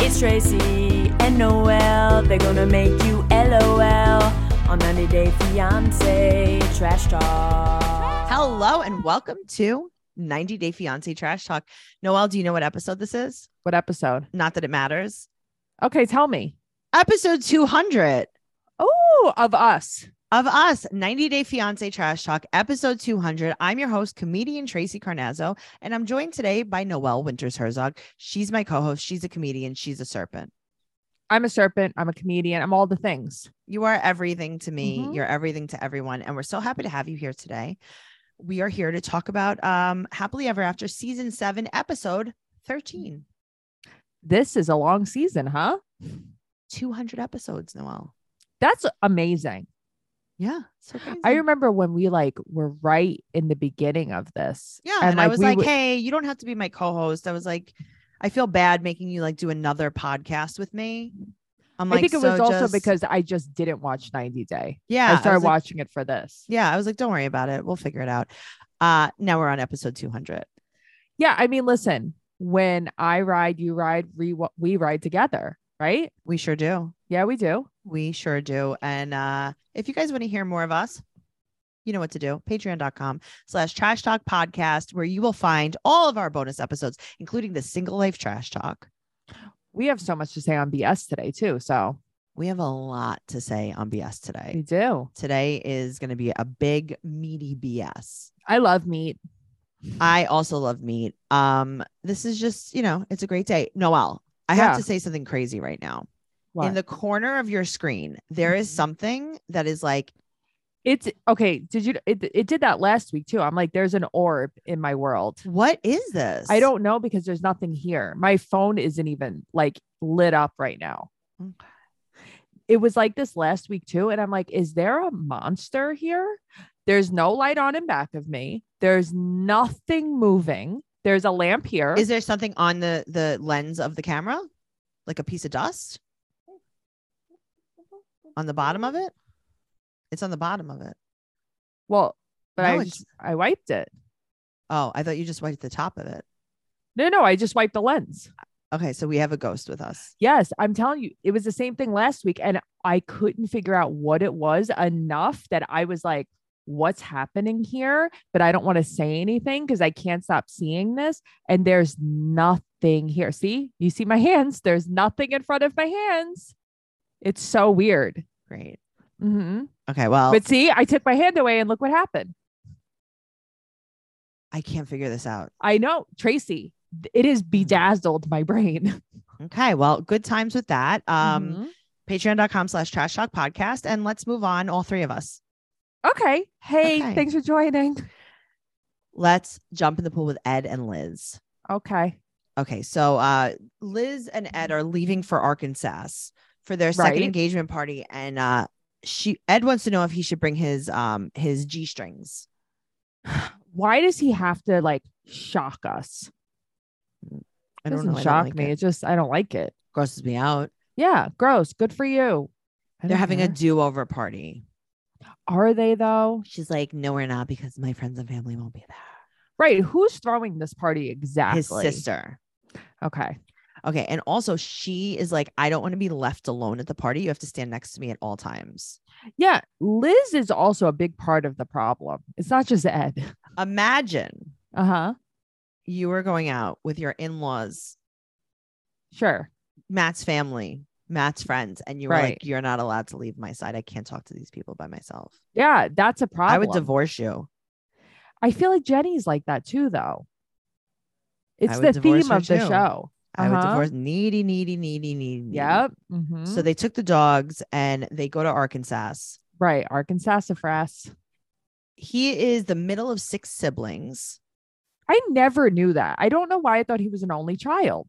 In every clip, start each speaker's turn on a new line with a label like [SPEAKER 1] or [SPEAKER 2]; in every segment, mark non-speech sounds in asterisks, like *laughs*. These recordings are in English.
[SPEAKER 1] It's Tracy and Noel. They're gonna make you LOL on 90 Day Fiance Trash Talk.
[SPEAKER 2] Hello and welcome to 90 Day Fiance Trash Talk. Noel, do you know what episode this is?
[SPEAKER 3] What episode?
[SPEAKER 2] Not that it matters.
[SPEAKER 3] Okay, tell me.
[SPEAKER 2] Episode 200
[SPEAKER 3] Oh, of us.
[SPEAKER 2] of us, 90 Day Fiance Trash Talk, episode 200. I'm your host, comedian Tracy Carnazzo, and I'm joined today by Noelle Winters Herzog. She's my co host. She's a comedian. She's a serpent.
[SPEAKER 3] I'm a serpent. I'm a comedian. I'm all the things.
[SPEAKER 2] You are everything to me.
[SPEAKER 3] Mhm.
[SPEAKER 2] You're everything to everyone. And we're so happy to have you here today. We are here to talk about um, Happily Ever After, season seven, episode 13.
[SPEAKER 3] This is a long season, huh?
[SPEAKER 2] 200 episodes, Noelle.
[SPEAKER 3] That's amazing.
[SPEAKER 2] Yeah. So crazy.
[SPEAKER 1] Mm-hmm.
[SPEAKER 3] I remember when we like were right in the beginning of this.
[SPEAKER 2] Yeah. And, I was
[SPEAKER 3] we
[SPEAKER 2] like,
[SPEAKER 3] would-
[SPEAKER 2] hey, you don't have to be my co host. I was like, I feel bad making you like do another podcast with me. I'm like,
[SPEAKER 3] I think it
[SPEAKER 2] so
[SPEAKER 3] was also
[SPEAKER 2] just-
[SPEAKER 3] because I just didn't watch 90 Day.
[SPEAKER 2] yeah,
[SPEAKER 3] I started
[SPEAKER 2] was like-
[SPEAKER 3] watching it for this.
[SPEAKER 2] yeah, I was like, don't worry about it. We'll figure it out. Uh, now we're on episode 200.
[SPEAKER 3] Yeah. I mean, listen, when I ride, you ride, re- we ride together, right?
[SPEAKER 2] We sure do.
[SPEAKER 3] Yeah, we do.
[SPEAKER 2] We sure do. And uh, if you guys want to hear more of us, you know what to do. Patreon.com slash trash talk podcast, where you will find all of our bonus episodes, including the single life trash talk.
[SPEAKER 3] We have so much to say on BS today, too. So
[SPEAKER 2] We have a lot to say on
[SPEAKER 3] we
[SPEAKER 2] BS today.
[SPEAKER 3] do.
[SPEAKER 2] Today is going to be a big, meaty BS.
[SPEAKER 3] I love meat. Mm-hmm.
[SPEAKER 2] I also love meat. Um, this is just, you know, it's a great day. Noel, I
[SPEAKER 3] Yeah.
[SPEAKER 2] have to say something crazy right now.
[SPEAKER 3] What?
[SPEAKER 2] In the corner of your screen, there is
[SPEAKER 3] Mhm.
[SPEAKER 2] something that is like,
[SPEAKER 3] It's okay. Did you? It, it did that last week too. I'm like, there's an orb in my world.
[SPEAKER 2] what is this?
[SPEAKER 3] I don't know because there's nothing here. My phone isn't even like lit up right now.
[SPEAKER 2] Okay.
[SPEAKER 3] It was like this last week too. And I'm like, is there a monster here? There's no light on in back of me. There's nothing moving. There's a lamp here.
[SPEAKER 2] Is there something on the the lens of the camera, like a piece of dust on the bottom of it? It's on the bottom of it.
[SPEAKER 3] well, but
[SPEAKER 2] No,
[SPEAKER 3] I
[SPEAKER 2] it's-
[SPEAKER 3] just, I wiped it.
[SPEAKER 2] Oh, I thought you just wiped the top of it.
[SPEAKER 3] No, no, I just wiped the lens.
[SPEAKER 2] Okay, so we have a ghost with us.
[SPEAKER 3] Yes, I'm telling you, it was the same thing last week, and I couldn't figure out what it was enough that I was like, "What's happening here?" But I don't want to say anything because I can't stop seeing this, and there's nothing here. See, you see my hands? There's nothing in front of my hands. It's so weird.
[SPEAKER 2] Great.
[SPEAKER 3] hmm
[SPEAKER 2] Okay, well,
[SPEAKER 3] But see, I took my hand away, and look what happened.
[SPEAKER 2] I can't figure this out.
[SPEAKER 3] I know, Tracy. th- It
[SPEAKER 2] Mm-hmm.
[SPEAKER 3] is bedazzled my brain. Mm-hmm.
[SPEAKER 2] Okay, well, good times with that. Um, patreon.com slash trash talk podcast. And let's move on, all three of us.
[SPEAKER 3] Okay. Hey,
[SPEAKER 2] okay.
[SPEAKER 3] thanks for joining.
[SPEAKER 2] Let's jump in the pool with Ed and Liz.
[SPEAKER 3] Okay.
[SPEAKER 2] Okay, so uh, Liz and Ed are leaving for Arkansas for their second
[SPEAKER 3] Mm-hmm. Right.
[SPEAKER 2] engagement party, and uh, she Ed wants to know if he should bring his um his g strings.
[SPEAKER 3] why does he have to like shock us?
[SPEAKER 2] I
[SPEAKER 3] It
[SPEAKER 2] don't
[SPEAKER 3] doesn't
[SPEAKER 2] know. I don't
[SPEAKER 3] shock
[SPEAKER 2] like
[SPEAKER 3] me.
[SPEAKER 2] It.
[SPEAKER 3] It's just I don't like it.
[SPEAKER 2] grosses me out.
[SPEAKER 3] Yeah, gross. Good for you. I
[SPEAKER 2] They're
[SPEAKER 3] don't
[SPEAKER 2] having a
[SPEAKER 3] care.
[SPEAKER 2] do over party.
[SPEAKER 3] Are they though?
[SPEAKER 2] She's like, no, we're not because my friends and family won't be there.
[SPEAKER 3] Right. Who's throwing this party exactly?
[SPEAKER 2] His sister.
[SPEAKER 3] Okay.
[SPEAKER 2] Okay. And also, she is like, I don't want to be left alone at the party. You have to stand next to me at all times.
[SPEAKER 3] Yeah. Liz is also a big part of the problem. It's not just Ed. *laughs*
[SPEAKER 2] Imagine
[SPEAKER 3] Uh huh.
[SPEAKER 2] you were going out with your in laws,
[SPEAKER 3] Sure.
[SPEAKER 2] Matt's family, Matt's friends, and you were
[SPEAKER 3] Right.
[SPEAKER 2] like, You're not allowed to leave my side. I can't talk to these people by myself.
[SPEAKER 3] Yeah, that's a problem.
[SPEAKER 2] I would divorce you.
[SPEAKER 3] I feel like Jenny's like that too, though. It's
[SPEAKER 2] would
[SPEAKER 3] the
[SPEAKER 2] divorce
[SPEAKER 3] theme
[SPEAKER 2] her,
[SPEAKER 3] of the
[SPEAKER 2] too.
[SPEAKER 3] show.
[SPEAKER 2] I would
[SPEAKER 3] Uh-huh.
[SPEAKER 2] divorce needy, needy, needy, needy. needy.
[SPEAKER 3] Yep. Mhm.
[SPEAKER 2] So they took the dogs and they go to Arkansas.
[SPEAKER 3] right. Arkansas sassafras.
[SPEAKER 2] He is the middle of six siblings
[SPEAKER 3] I never knew that. I don't know why I thought he was an only child.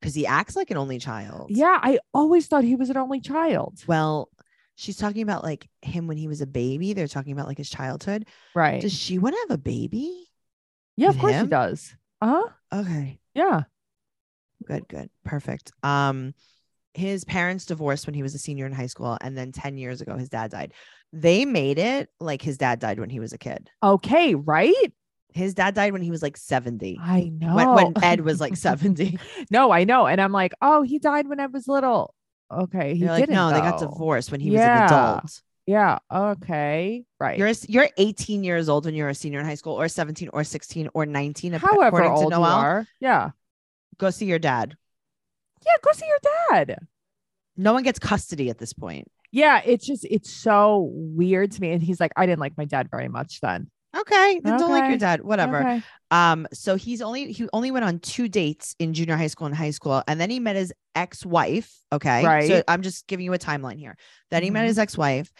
[SPEAKER 2] because he acts like an only child.
[SPEAKER 3] Yeah, I always thought he was an only child.
[SPEAKER 2] Well, she's talking about like him when he was a baby. They're talking about like his childhood.
[SPEAKER 3] Right.
[SPEAKER 2] Does she want to have a baby?
[SPEAKER 3] yeah, of
[SPEAKER 2] with
[SPEAKER 3] course
[SPEAKER 2] him?
[SPEAKER 3] he does. Uh huh.
[SPEAKER 2] Okay.
[SPEAKER 3] Yeah.
[SPEAKER 2] Good, good. Perfect. Um his parents divorced when he was a senior in high school and then 10 years ago his dad died. They made it like his dad died when he was a kid.
[SPEAKER 3] Okay. Right.
[SPEAKER 2] His dad died when he was like 70.
[SPEAKER 3] I know.
[SPEAKER 2] When, when
[SPEAKER 3] *laughs*
[SPEAKER 2] Ed was like 70.
[SPEAKER 3] no, I know. And I'm like, oh, he died when I was little. Okay. He
[SPEAKER 2] You're like,
[SPEAKER 3] didn't.
[SPEAKER 2] no, they got
[SPEAKER 3] though."
[SPEAKER 2] divorced when he
[SPEAKER 3] Yeah.
[SPEAKER 2] was an adult.
[SPEAKER 3] Yeah. Okay. Right.
[SPEAKER 2] You're a s- you're 18 years old when you're a senior in high school, or 17, or 16, or 19. ap-
[SPEAKER 3] However
[SPEAKER 2] according
[SPEAKER 3] old
[SPEAKER 2] to
[SPEAKER 3] you
[SPEAKER 2] Noel.
[SPEAKER 3] are. Yeah.
[SPEAKER 2] Go see your dad.
[SPEAKER 3] Yeah. Go see your dad.
[SPEAKER 2] No one gets custody at this point.
[SPEAKER 3] Yeah. It's just, it's so weird to me. And he's like, I didn't like my dad very much then.
[SPEAKER 2] Okay, then don't like
[SPEAKER 3] Okay.
[SPEAKER 2] your dad. Whatever.
[SPEAKER 3] Okay.
[SPEAKER 2] Um, so he's only he only went on two dates in junior high school and high school, and then he met his ex-wife. Okay. So
[SPEAKER 3] Right.
[SPEAKER 2] I'm just giving you a timeline here. Then he met
[SPEAKER 3] Mhm.
[SPEAKER 2] his ex-wife,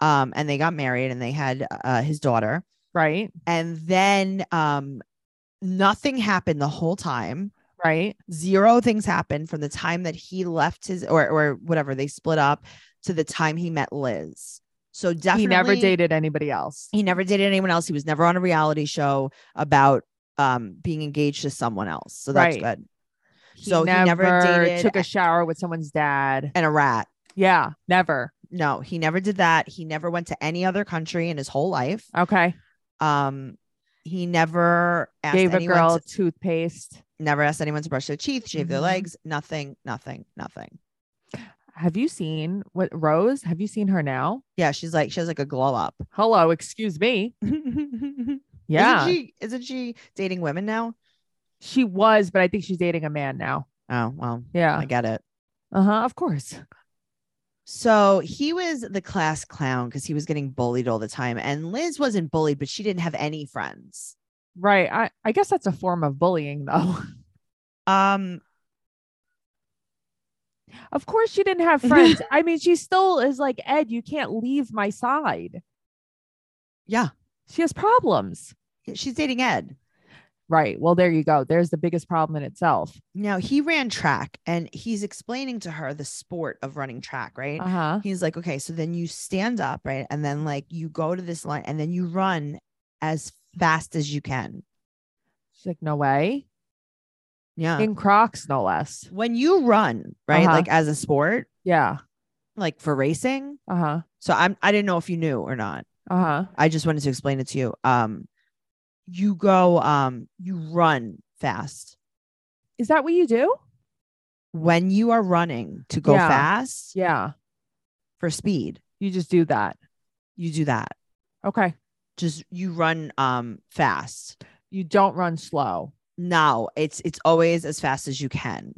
[SPEAKER 2] um, and they got married and they had uh his daughter.
[SPEAKER 3] Right.
[SPEAKER 2] And then um nothing happened the whole time.
[SPEAKER 3] Right.
[SPEAKER 2] Zero things happened from the time that he left his or or whatever, they split up to the time he met Liz. So definitely
[SPEAKER 3] He never dated anybody else.
[SPEAKER 2] he never dated anyone else. He was never on a reality show about um being engaged to someone else. So that's
[SPEAKER 3] Right.
[SPEAKER 2] good. So he never dated
[SPEAKER 3] took
[SPEAKER 2] a-
[SPEAKER 3] a shower with someone's dad.
[SPEAKER 2] And a rat.
[SPEAKER 3] Yeah. Never.
[SPEAKER 2] No, he never did that. He never went to any other country in his whole life.
[SPEAKER 3] Okay.
[SPEAKER 2] Um he never asked
[SPEAKER 3] Gave a
[SPEAKER 2] anyone
[SPEAKER 3] girl
[SPEAKER 2] to,
[SPEAKER 3] toothpaste.
[SPEAKER 2] never asked anyone to brush their teeth, shave their
[SPEAKER 3] Mhm.
[SPEAKER 2] legs, nothing, nothing, nothing.
[SPEAKER 3] Have you seen what Rose? Have you seen her now?
[SPEAKER 2] Yeah, she's like she has like a glow up. *laughs*
[SPEAKER 3] Hello, excuse me. Yeah.
[SPEAKER 2] Isn't she isn't she dating women now?
[SPEAKER 3] She was, but I think she's dating a man now.
[SPEAKER 2] Oh, well,
[SPEAKER 3] Yeah.
[SPEAKER 2] I get it.
[SPEAKER 3] Uh huh. Of course.
[SPEAKER 2] So he was the class clown because he was getting bullied all the time. And Liz wasn't bullied, but she didn't have any friends.
[SPEAKER 3] Right. I, I guess that's a form of bullying, though. *laughs*
[SPEAKER 2] Um,
[SPEAKER 3] Of course, she didn't have
[SPEAKER 2] *laughs*
[SPEAKER 3] friends. I mean, she still is like, Ed, you can't leave my side.
[SPEAKER 2] Yeah.
[SPEAKER 3] She has problems.
[SPEAKER 2] she's dating Ed.
[SPEAKER 3] Right. Well, there you go. There's the biggest problem in itself.
[SPEAKER 2] Now he ran track and he's explaining to her the sport of running track, right?
[SPEAKER 3] Uh huh.
[SPEAKER 2] He's like, okay, so then you stand up, right? And then like you go to this line and then you run as fast as you can.
[SPEAKER 3] She's like, no way.
[SPEAKER 2] Yeah.
[SPEAKER 3] In Crocs, no less.
[SPEAKER 2] when you run, right?
[SPEAKER 3] Uh-huh.
[SPEAKER 2] Like as a sport,
[SPEAKER 3] Yeah.
[SPEAKER 2] like for racing.
[SPEAKER 3] Uh huh.
[SPEAKER 2] So I'm I didn't know if you knew or not.
[SPEAKER 3] Uh huh.
[SPEAKER 2] I just wanted to explain it to you. Um, you go, um, you run fast.
[SPEAKER 3] Is that what you do?
[SPEAKER 2] When you are running to go
[SPEAKER 3] Yeah.
[SPEAKER 2] fast
[SPEAKER 3] Yeah.
[SPEAKER 2] for speed,
[SPEAKER 3] You just do that.
[SPEAKER 2] you do that.
[SPEAKER 3] Okay.
[SPEAKER 2] Just you run um fast.
[SPEAKER 3] You don't run slow.
[SPEAKER 2] No, it's it's always as fast as you can.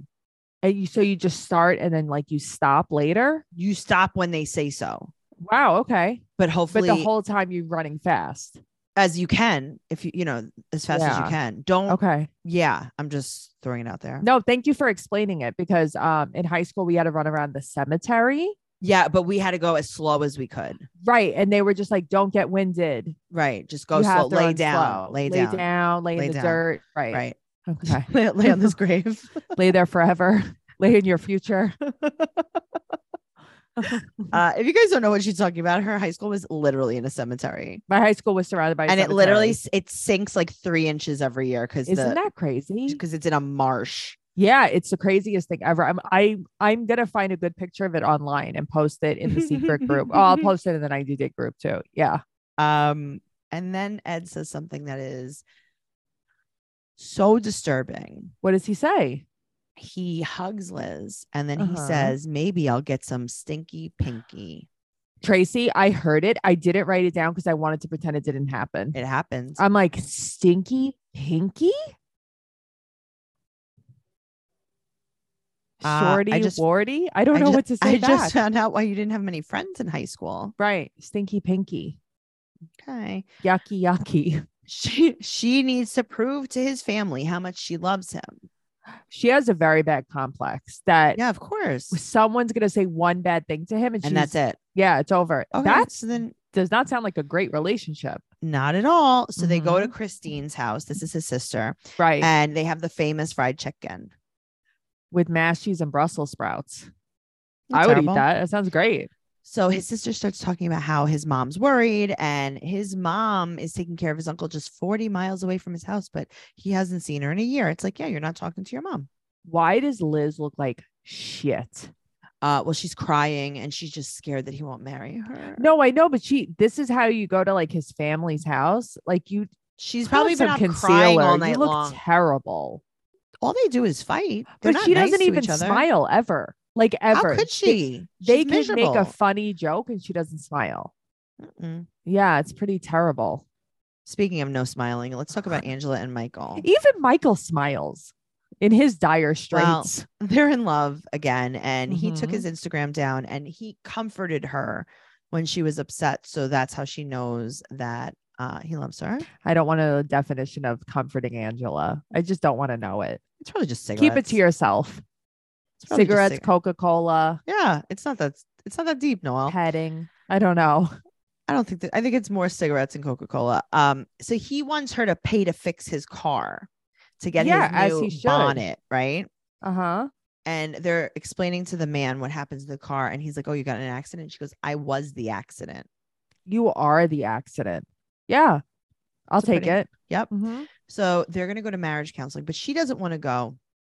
[SPEAKER 3] And you, so you just start and then like you stop later.
[SPEAKER 2] You stop when they say so,
[SPEAKER 3] Wow. Okay.
[SPEAKER 2] but
[SPEAKER 3] But
[SPEAKER 2] hopefully
[SPEAKER 3] the whole time you're running fast.
[SPEAKER 2] as you can, if you you know, as fast as you
[SPEAKER 3] Yeah.
[SPEAKER 2] can. Don't
[SPEAKER 3] Okay.
[SPEAKER 2] yeah, I'm just throwing it out there.
[SPEAKER 3] No, thank you for explaining it because um, in high school, we had to run around the cemetery.
[SPEAKER 2] Yeah, but we had to go as slow as we could.
[SPEAKER 3] Right. And they were just like, don't get winded.
[SPEAKER 2] Right. Just go
[SPEAKER 3] You
[SPEAKER 2] slow.
[SPEAKER 3] have to
[SPEAKER 2] Lay
[SPEAKER 3] run
[SPEAKER 2] down,
[SPEAKER 3] slow.
[SPEAKER 2] lay
[SPEAKER 3] lay
[SPEAKER 2] down.
[SPEAKER 3] lay in
[SPEAKER 2] lay
[SPEAKER 3] the
[SPEAKER 2] down.
[SPEAKER 3] dirt. Right.
[SPEAKER 2] Right.
[SPEAKER 3] Okay.
[SPEAKER 2] lay, *laughs* lay on this grave.
[SPEAKER 3] *laughs* lay there forever. *laughs* lay in your future.
[SPEAKER 2] Uh, if you guys don't know what she's talking about, her high school was literally in a cemetery,
[SPEAKER 3] My high school was surrounded by a
[SPEAKER 2] and it literally
[SPEAKER 3] cemetery.
[SPEAKER 2] s- it sinks like three inches every year because
[SPEAKER 3] isn't
[SPEAKER 2] the
[SPEAKER 3] that crazy?
[SPEAKER 2] because it's in a marsh.
[SPEAKER 3] Yeah, it's the craziest thing ever. I'm I I'm gonna find a good picture of it online and post it in the secret group. Oh, I'll
[SPEAKER 2] *laughs*
[SPEAKER 3] post it in the 90 day group too. Yeah.
[SPEAKER 2] Um, and then Ed says something that is so disturbing.
[SPEAKER 3] What does he say?
[SPEAKER 2] He hugs Liz, and then he
[SPEAKER 3] Uh-huh.
[SPEAKER 2] says, "Maybe I'll get some stinky pinky."
[SPEAKER 3] Tracy, I heard it. I didn't write it down because I wanted to pretend it didn't happen.
[SPEAKER 2] It happens.
[SPEAKER 3] I'm like, stinky pinky?
[SPEAKER 2] Uh, I
[SPEAKER 3] Shorty,
[SPEAKER 2] just-
[SPEAKER 3] warty. I don't know
[SPEAKER 2] ju-
[SPEAKER 3] what to say.
[SPEAKER 2] I
[SPEAKER 3] back.
[SPEAKER 2] just found out why you didn't have many friends in high school.
[SPEAKER 3] right. Stinky pinky.
[SPEAKER 2] Okay.
[SPEAKER 3] Yucky yucky.
[SPEAKER 2] She she needs to prove to his family how much she loves him.
[SPEAKER 3] She has a very bad complex that
[SPEAKER 2] Yeah, of course.
[SPEAKER 3] someone's gonna say one bad thing to him and,
[SPEAKER 2] and that's
[SPEAKER 3] she's-
[SPEAKER 2] it.
[SPEAKER 3] Yeah, it's over.
[SPEAKER 2] Okay,
[SPEAKER 3] That
[SPEAKER 2] so then
[SPEAKER 3] does not sound like a great relationship.
[SPEAKER 2] not at all. So they go to
[SPEAKER 3] Mm-hmm.
[SPEAKER 2] Christine's house. This is his sister,
[SPEAKER 3] Right.
[SPEAKER 2] and they have the famous fried chicken.
[SPEAKER 3] with mashed cheese and Brussels sprouts.
[SPEAKER 2] Not
[SPEAKER 3] I would
[SPEAKER 2] terrible.
[SPEAKER 3] eat that. That sounds great.
[SPEAKER 2] So his sister starts talking about how his mom's worried, and his mom is taking care of his uncle just forty miles away from his house, but he hasn't seen her in a year. It's like, yeah, you're not talking to your mom.
[SPEAKER 3] Why does Liz look like shit?
[SPEAKER 2] Uh, well, she's crying, and she's just scared that he won't marry her.
[SPEAKER 3] No, I know, but she this is how you go to like his family's house. Like you
[SPEAKER 2] She's
[SPEAKER 3] Put
[SPEAKER 2] probably
[SPEAKER 3] on
[SPEAKER 2] been
[SPEAKER 3] some
[SPEAKER 2] up crying all night
[SPEAKER 3] you look
[SPEAKER 2] long.
[SPEAKER 3] terrible.
[SPEAKER 2] all they do is fight.
[SPEAKER 3] But
[SPEAKER 2] They're not
[SPEAKER 3] she doesn't
[SPEAKER 2] nice to
[SPEAKER 3] even
[SPEAKER 2] each other.
[SPEAKER 3] smile ever. Like ever.
[SPEAKER 2] How could
[SPEAKER 3] They-
[SPEAKER 2] she?
[SPEAKER 3] They,
[SPEAKER 2] She's
[SPEAKER 3] can
[SPEAKER 2] miserable.
[SPEAKER 3] make a funny joke and she doesn't smile.
[SPEAKER 2] Mm-mm.
[SPEAKER 3] Yeah, it's pretty terrible.
[SPEAKER 2] Speaking of no smiling, let's
[SPEAKER 3] *laughs*
[SPEAKER 2] talk about Angela and Michael.
[SPEAKER 3] Even Michael smiles in his dire
[SPEAKER 2] Well,
[SPEAKER 3] straits.
[SPEAKER 2] *laughs* They're in love again, and he took
[SPEAKER 3] Mhm.
[SPEAKER 2] his Instagram down and he comforted her when she was upset. So that's how she knows that uh, he loves her.
[SPEAKER 3] I don't want a definition of comforting Angela. I just don't want to know it.
[SPEAKER 2] It's probably just cigarettes.
[SPEAKER 3] Keep it to yourself.
[SPEAKER 2] It's probably just
[SPEAKER 3] Cigarettes,
[SPEAKER 2] cig-
[SPEAKER 3] Coca Cola,
[SPEAKER 2] yeah, it's not that. It's not that deep, Noel.
[SPEAKER 3] petting. I don't know.
[SPEAKER 2] I don't think that. I think it's more cigarettes and Coca Cola. Um, so he wants her to pay to fix his car, to get
[SPEAKER 3] Yeah, as
[SPEAKER 2] his new
[SPEAKER 3] he should.
[SPEAKER 2] bonnet, right?
[SPEAKER 3] Uh
[SPEAKER 2] Uh-huh.
[SPEAKER 3] huh.
[SPEAKER 2] and they're explaining to the man what happens to the car and he's like oh you got in an accident she goes i was the accident
[SPEAKER 3] You are the accident. Yeah, I'll
[SPEAKER 2] It's a
[SPEAKER 3] take
[SPEAKER 2] pretty- Mm-hmm.
[SPEAKER 3] it.
[SPEAKER 2] yep
[SPEAKER 3] Mhm.
[SPEAKER 2] so they're going to go to marriage counseling but she doesn't want to go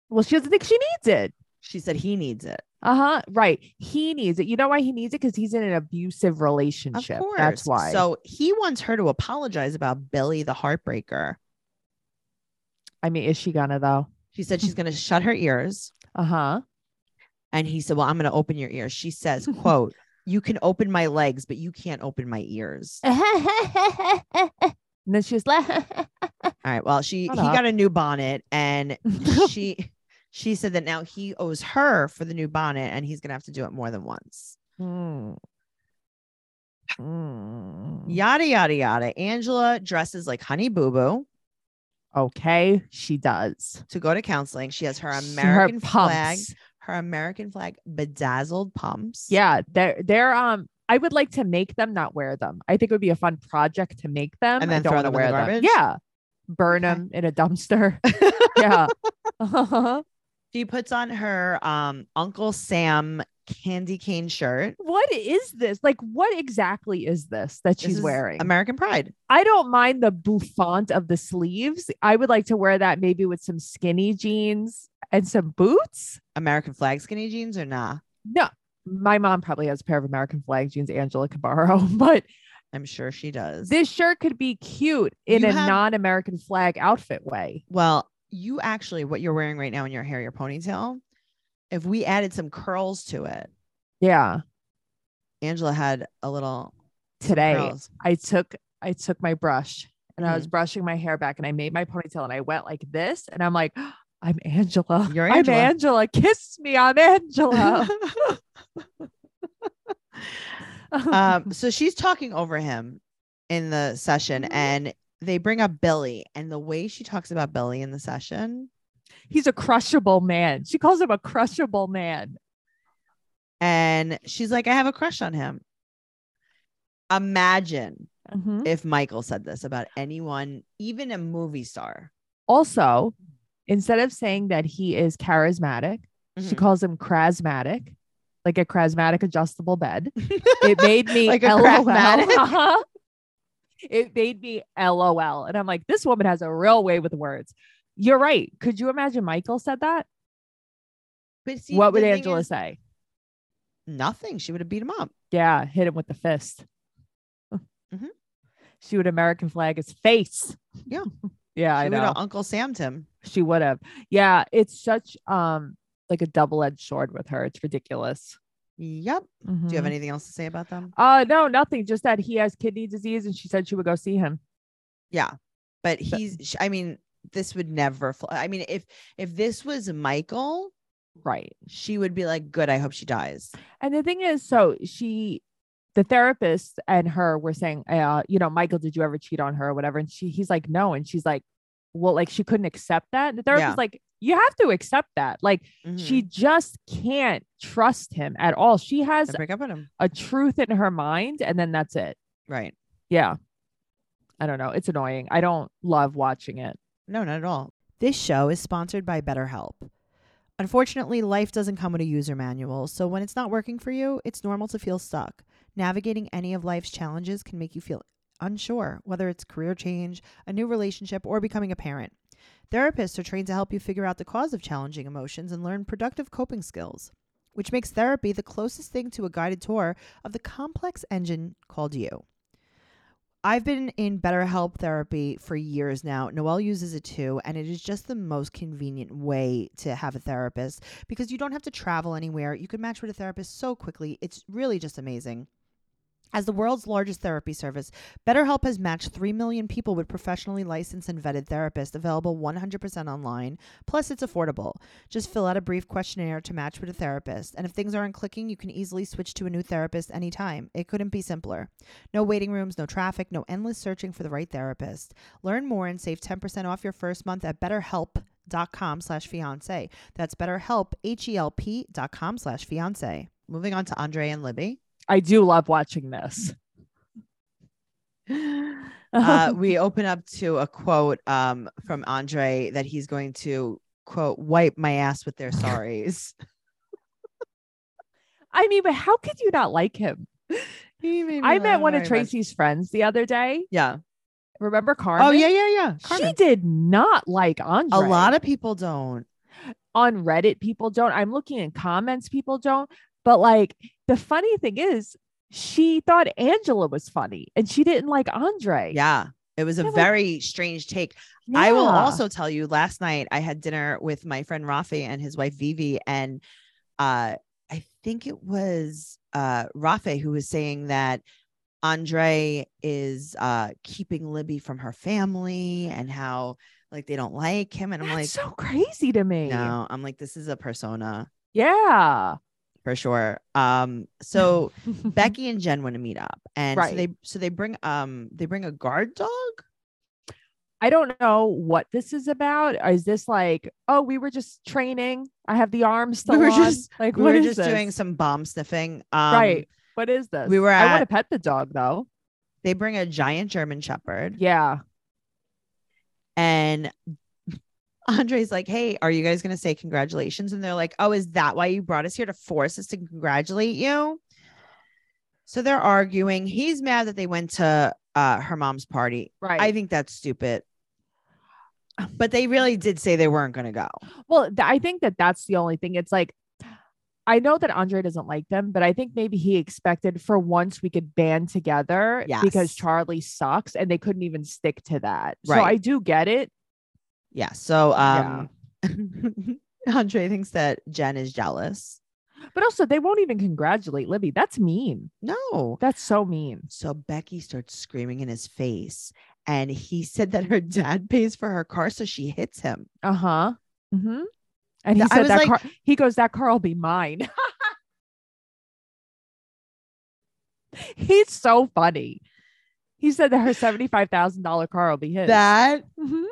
[SPEAKER 3] Well, she doesn't think she needs it.
[SPEAKER 2] she said he needs it
[SPEAKER 3] Uh
[SPEAKER 2] Uh-huh.
[SPEAKER 3] huh. Right. He needs it. You know why he needs it? Because he's in an abusive
[SPEAKER 2] of
[SPEAKER 3] relationship.
[SPEAKER 2] course
[SPEAKER 3] That's why.
[SPEAKER 2] so he wants her to apologize about billy the heartbreaker
[SPEAKER 3] I mean, is she gonna though?
[SPEAKER 2] she said she's going to shut her ears
[SPEAKER 3] Uh huh.
[SPEAKER 2] *laughs* and he said well i'm going to open your ears
[SPEAKER 3] *laughs*
[SPEAKER 2] she says quote you can open my legs but you can't open my ears
[SPEAKER 3] Eh. and then she was like,
[SPEAKER 2] All right. Well, she
[SPEAKER 3] Shut
[SPEAKER 2] he
[SPEAKER 3] up.
[SPEAKER 2] got a new bonnet
[SPEAKER 3] *laughs*
[SPEAKER 2] and she she said that now he owes her for the new bonnet and he's gonna have to do it more than once.
[SPEAKER 3] *laughs* Hmm. Hmm.
[SPEAKER 2] Yada yada yada. Angela dresses like honey boo boo
[SPEAKER 3] Okay, she does.
[SPEAKER 2] to go to counseling. She has her
[SPEAKER 3] She-
[SPEAKER 2] American flag,
[SPEAKER 3] pumps.
[SPEAKER 2] her American flag bedazzled pumps.
[SPEAKER 3] Yeah, they're they're um. I would like to make them not wear them. I think it would be a fun project to make them.
[SPEAKER 2] And
[SPEAKER 3] I
[SPEAKER 2] then
[SPEAKER 3] don't
[SPEAKER 2] throw
[SPEAKER 3] wanna
[SPEAKER 2] them in
[SPEAKER 3] wear
[SPEAKER 2] the
[SPEAKER 3] them.
[SPEAKER 2] garbage?
[SPEAKER 3] Yeah, burn
[SPEAKER 2] Okay.
[SPEAKER 3] them in a
[SPEAKER 2] *laughs*
[SPEAKER 3] dumpster. yeah. Uh-huh.
[SPEAKER 2] She puts on her um Uncle Sam candy cane shirt.
[SPEAKER 3] What is this? Like, what exactly is this that
[SPEAKER 2] This
[SPEAKER 3] she's
[SPEAKER 2] is
[SPEAKER 3] wearing?
[SPEAKER 2] American Pride.
[SPEAKER 3] I don't mind the bouffant of the sleeves. I would like to wear that maybe with some skinny jeans and some boots.
[SPEAKER 2] American flag skinny jeans or nah?
[SPEAKER 3] No, my mom probably has a pair of American flag jeans Angela could borrow, *laughs* but
[SPEAKER 2] I'm sure she does.
[SPEAKER 3] this shirt could be cute in
[SPEAKER 2] You
[SPEAKER 3] a
[SPEAKER 2] have-
[SPEAKER 3] non American flag outfit way.
[SPEAKER 2] Well, you actually, what you're wearing right now in your hair, your ponytail, if we added some curls to it,
[SPEAKER 3] Yeah.
[SPEAKER 2] Angela had a little
[SPEAKER 3] Today *laughs*
[SPEAKER 2] curls.
[SPEAKER 3] I took I took my brush and I was
[SPEAKER 2] Mm.
[SPEAKER 3] brushing my hair back and I made my ponytail and I went like this and I'm like, *gasps* I'm Angela.
[SPEAKER 2] You're Angela."
[SPEAKER 3] I'm Angela. Kiss me. I'm Angela.
[SPEAKER 2] *laughs* um, so she's talking over him in the session
[SPEAKER 3] Mhm.
[SPEAKER 2] and they bring up Billy and the way she talks about Billy in the session
[SPEAKER 3] He's a crushable man. She calls him a crushable man.
[SPEAKER 2] and she's like, I have a crush on him. Imagine
[SPEAKER 3] Mhm.
[SPEAKER 2] if Michael said this about anyone, even a movie star.
[SPEAKER 3] Also, instead of saying that he is charismatic, She
[SPEAKER 2] Mhm.
[SPEAKER 3] calls him Krasmatic, like a Krasmatic adjustable
[SPEAKER 2] *laughs*
[SPEAKER 3] bed. It made me
[SPEAKER 2] Like a
[SPEAKER 3] LOL.
[SPEAKER 2] Krasmatic?
[SPEAKER 3] *laughs* Uh-huh. It made me LOL. And I'm like, this woman has a real way with words. You're right. Could you imagine Michael said that?
[SPEAKER 2] But see,
[SPEAKER 3] what would
[SPEAKER 2] the thing
[SPEAKER 3] Angela
[SPEAKER 2] is-
[SPEAKER 3] say?
[SPEAKER 2] Nothing. She would have beat him up.
[SPEAKER 3] Yeah, hit him with the fist.
[SPEAKER 2] Mhm.
[SPEAKER 3] She would American flag his face.
[SPEAKER 2] Yeah.
[SPEAKER 3] *laughs* yeah, I
[SPEAKER 2] she would
[SPEAKER 3] know.
[SPEAKER 2] have Uncle Sam'd him.
[SPEAKER 3] She would have. Yeah, it's such um like a double-edged sword with her. It's ridiculous.
[SPEAKER 2] Yep. Do you
[SPEAKER 3] Mhm.
[SPEAKER 2] have anything else to say about them?
[SPEAKER 3] Uh no, nothing. Just that he has kidney disease, and she said she would go see him.
[SPEAKER 2] Yeah. But
[SPEAKER 3] Th-
[SPEAKER 2] he's, sh- I mean, this would never fly. I mean, if if this was Michael,
[SPEAKER 3] Right.
[SPEAKER 2] she would be like, "Good, I hope she dies."
[SPEAKER 3] And the thing is, so she, the therapist and her were saying, uh, you know, Michael, did you ever cheat on her or whatever? And she, he's like, no. And she's like, well, like she couldn't accept that. And the therapist
[SPEAKER 2] Yeah. Mm-hmm.
[SPEAKER 3] is like, you have to accept that. Like she just can't trust him at all. She has
[SPEAKER 2] to break up with him,
[SPEAKER 3] a truth in her mind, and then that's it.
[SPEAKER 2] right?
[SPEAKER 3] Yeah. I don't know. It's annoying. I don't love watching it.
[SPEAKER 2] No, not at all. This show is sponsored by BetterHelp. Unfortunately, life doesn't come with a user manual, so when it's not working for you, it's normal to feel stuck. Navigating any of life's challenges can make you feel unsure, whether it's career change, a new relationship, or becoming a parent. Therapists are trained to help you figure out the cause of challenging emotions and learn productive coping skills, which makes therapy the closest thing to a guided tour of the complex engine called you. I've been in BetterHelp therapy for years now. Noelle uses it too, and it is just the most convenient way to have a therapist because you don't have to travel anywhere. You can match with a therapist so quickly. It's really just amazing. As the world's largest therapy service, BetterHelp has matched 3 million people with professionally licensed and vetted therapists available 100% online. Plus, it's affordable. Just fill out a brief questionnaire to match with a therapist. And if things aren't clicking, you can easily switch to a new therapist anytime. It couldn't be simpler. No waiting rooms, no traffic, no endless searching for the right therapist. Learn more and save 10% off your first month at betterhelp.com slash fiance. That's betterhelp, H-E-L-P dot com slash fiance. Moving on to Andre and Libby.
[SPEAKER 3] I do love watching this.
[SPEAKER 2] uh, we open up to a quote um, from Andre that he's going to quote wipe my ass with their sorries.
[SPEAKER 3] *laughs* I mean, but how could you not like him? I met one of Tracy's friends the other day.
[SPEAKER 2] Yeah.
[SPEAKER 3] Remember Carmen?
[SPEAKER 2] Oh yeah, yeah, yeah.
[SPEAKER 3] She
[SPEAKER 2] Carmen.
[SPEAKER 3] did not like Andre.
[SPEAKER 2] a lot of people don't.
[SPEAKER 3] on Reddit, people don't. I'm looking in comments, people don't. But like the funny thing is, she thought Angela was funny and she didn't like Andre.
[SPEAKER 2] Yeah. It was a
[SPEAKER 3] Yeah, like-
[SPEAKER 2] very strange take. I will
[SPEAKER 3] Yeah.
[SPEAKER 2] also tell you last night I had dinner with my friend Rafi and his wife Vivi and uh I think it was uh Rafi who was saying that Andre is uh keeping Libby from her family and how like they don't like him and I'm
[SPEAKER 3] That's
[SPEAKER 2] like
[SPEAKER 3] so crazy to me.
[SPEAKER 2] no I'm like this is a persona
[SPEAKER 3] Yeah.
[SPEAKER 2] for sure. Um
[SPEAKER 3] *laughs*
[SPEAKER 2] so Becky and Jen want to meet up and so
[SPEAKER 3] Right.
[SPEAKER 2] they so they bring um they bring a guard dog
[SPEAKER 3] I don't know what this is about. Is this like, oh, we were just training? I have the arms still
[SPEAKER 2] *laughs* We were
[SPEAKER 3] on?
[SPEAKER 2] just-
[SPEAKER 3] like,
[SPEAKER 2] we
[SPEAKER 3] what
[SPEAKER 2] were
[SPEAKER 3] is
[SPEAKER 2] just
[SPEAKER 3] this?
[SPEAKER 2] doing some bomb sniffing. Um,
[SPEAKER 3] right. What is this?
[SPEAKER 2] we were
[SPEAKER 3] I want
[SPEAKER 2] at-
[SPEAKER 3] to pet the dog though.
[SPEAKER 2] They bring a giant German Shepherd,
[SPEAKER 3] Yeah.
[SPEAKER 2] and Andre's like, "Hey, are you guys gonna say congratulations?" And they're like, "Oh, is that why you brought us here to force us to congratulate you?" So they're arguing. He's mad that they went to uh, her mom's party.
[SPEAKER 3] Right.
[SPEAKER 2] I think that's stupid. But they really did say they weren't gonna go.
[SPEAKER 3] Well, th- I think that that's the only thing. It's like, I know that Andre doesn't like them, but I think maybe he expected for once we could band together
[SPEAKER 2] Yes.
[SPEAKER 3] because Charlie sucks and they couldn't even stick to that. So
[SPEAKER 2] Right.
[SPEAKER 3] I do get it.
[SPEAKER 2] Yeah. So um, *laughs* Andre thinks that Jen is
[SPEAKER 3] yeah.
[SPEAKER 2] jealous.
[SPEAKER 3] But also, they won't even congratulate Libby. That's mean.
[SPEAKER 2] No.
[SPEAKER 3] That's so mean.
[SPEAKER 2] So Becky starts screaming in his face. And he said that her *laughs* dad pays for her car, so she hits him.
[SPEAKER 3] Uh huh. hmm And he
[SPEAKER 2] Mm-hmm. Th- I
[SPEAKER 3] said
[SPEAKER 2] was
[SPEAKER 3] that
[SPEAKER 2] like-
[SPEAKER 3] car, he goes, that car will be mine. *laughs* He's so funny. He said that her $75,000 car will be his.
[SPEAKER 2] That
[SPEAKER 3] Mhm.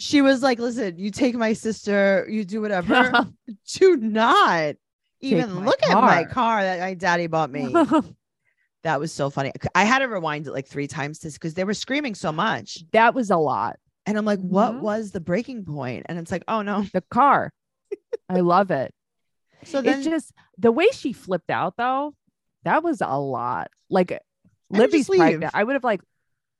[SPEAKER 2] she was like, Listen, you take my sister, you do
[SPEAKER 3] *laughs*
[SPEAKER 2] whatever. *laughs* do not even
[SPEAKER 3] my
[SPEAKER 2] look at my
[SPEAKER 3] car."
[SPEAKER 2] car that my daddy bought
[SPEAKER 3] *laughs*
[SPEAKER 2] me. that was so funny. C- I had to rewind it like three times because they were screaming so much.
[SPEAKER 3] that was a lot.
[SPEAKER 2] And I'm like, What
[SPEAKER 3] Mhm.
[SPEAKER 2] was the breaking point? And it's like,
[SPEAKER 3] *laughs*
[SPEAKER 2] Oh no.
[SPEAKER 3] The car. I love
[SPEAKER 2] *laughs*
[SPEAKER 3] it.
[SPEAKER 2] So then
[SPEAKER 3] it's just the way she flipped out though, that was a lot. Like
[SPEAKER 2] would
[SPEAKER 3] Libby's
[SPEAKER 2] just leave.
[SPEAKER 3] pregnant. I would have like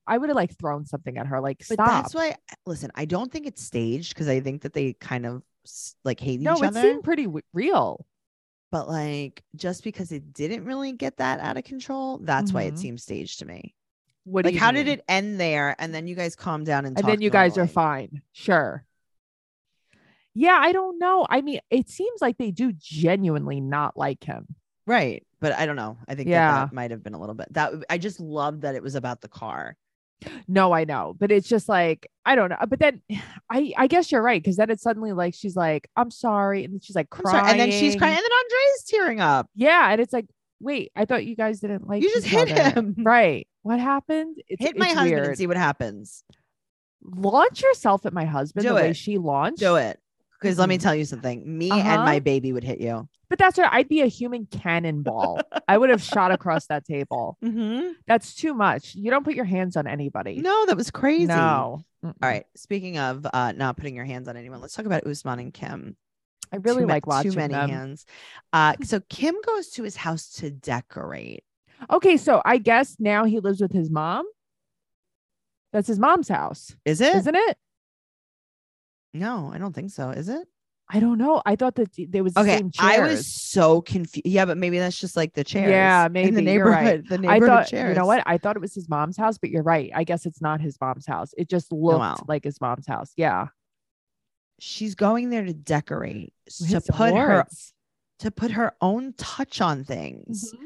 [SPEAKER 3] I would have like thrown something at her, like
[SPEAKER 2] But
[SPEAKER 3] stop.
[SPEAKER 2] that's why listen, I don't think it's staged because I think that they kind of s- like hate
[SPEAKER 3] no,
[SPEAKER 2] each
[SPEAKER 3] it
[SPEAKER 2] other.
[SPEAKER 3] seemed pretty w- real.
[SPEAKER 2] but like just because it didn't really get that out of control, that's why it
[SPEAKER 3] Mhm.
[SPEAKER 2] seems staged to me.
[SPEAKER 3] What do
[SPEAKER 2] like,
[SPEAKER 3] you
[SPEAKER 2] how did
[SPEAKER 3] mean?
[SPEAKER 2] it end there? And then you guys calm down and
[SPEAKER 3] and then
[SPEAKER 2] talk
[SPEAKER 3] you guys are
[SPEAKER 2] normally.
[SPEAKER 3] fine. Sure. Yeah, I don't know. I mean, it seems like they do genuinely not like him.
[SPEAKER 2] right? But I don't know. I think that,
[SPEAKER 3] Yeah.
[SPEAKER 2] that might have been a little bit that I just loved that it was about the car.
[SPEAKER 3] No, I know, but it's just like I don't know. But then, *sighs* I I guess you're right because then it's suddenly like she's like I'm sorry, and then she's like
[SPEAKER 2] I'm
[SPEAKER 3] crying,
[SPEAKER 2] sorry, and then she's crying, and then Andre's tearing up.
[SPEAKER 3] Yeah, and it's like wait, I thought you guys didn't like.
[SPEAKER 2] you just
[SPEAKER 3] each
[SPEAKER 2] hit
[SPEAKER 3] other."
[SPEAKER 2] him. *laughs*
[SPEAKER 3] right? What happened? *laughs* It's,
[SPEAKER 2] Hit my
[SPEAKER 3] it's
[SPEAKER 2] husband and
[SPEAKER 3] weird.
[SPEAKER 2] see what happens.
[SPEAKER 3] Launch yourself at my husband
[SPEAKER 2] Do
[SPEAKER 3] the way
[SPEAKER 2] it.
[SPEAKER 3] she launched.
[SPEAKER 2] Do it. Because let me
[SPEAKER 3] Mhm.
[SPEAKER 2] tell you something. Me and
[SPEAKER 3] Uh-huh.
[SPEAKER 2] my baby would hit you.
[SPEAKER 3] But that's right. I'd be a human
[SPEAKER 2] *laughs*
[SPEAKER 3] cannonball. I would have shot across that table.
[SPEAKER 2] Mm-hmm.
[SPEAKER 3] That's too much. You don't put your hands on anybody.
[SPEAKER 2] No, that was crazy.
[SPEAKER 3] No. Mm-mm.
[SPEAKER 2] All right. Speaking of uh, not putting your hands on anyone, let's talk about Usman and Kim.
[SPEAKER 3] I really
[SPEAKER 2] too ma-
[SPEAKER 3] like watching
[SPEAKER 2] too many
[SPEAKER 3] them.
[SPEAKER 2] hands. Uh, so Kim goes to his house to decorate.
[SPEAKER 3] Okay, so I guess now he lives with his mom. That's his mom's house,
[SPEAKER 2] Is it?
[SPEAKER 3] isn't it?
[SPEAKER 2] No, I don't think so. Is it?
[SPEAKER 3] I don't know. I thought that there was the
[SPEAKER 2] Okay,
[SPEAKER 3] same
[SPEAKER 2] I
[SPEAKER 3] chairs.
[SPEAKER 2] was so confused. Yeah, but maybe that's just like the chairs.
[SPEAKER 3] Yeah,
[SPEAKER 2] in the
[SPEAKER 3] maybe. You're
[SPEAKER 2] neighborhood.
[SPEAKER 3] right.
[SPEAKER 2] The
[SPEAKER 3] I
[SPEAKER 2] neighborhood
[SPEAKER 3] thought
[SPEAKER 2] chairs.
[SPEAKER 3] you know what? I thought it was his mom's house, but you're right. I guess it's not his mom's house. It just looked
[SPEAKER 2] Oh, wow.
[SPEAKER 3] like his mom's house. Yeah,
[SPEAKER 2] She's going there to decorate to
[SPEAKER 3] His
[SPEAKER 2] put her
[SPEAKER 3] awards.
[SPEAKER 2] to put her own touch on things.
[SPEAKER 3] Mm-hmm.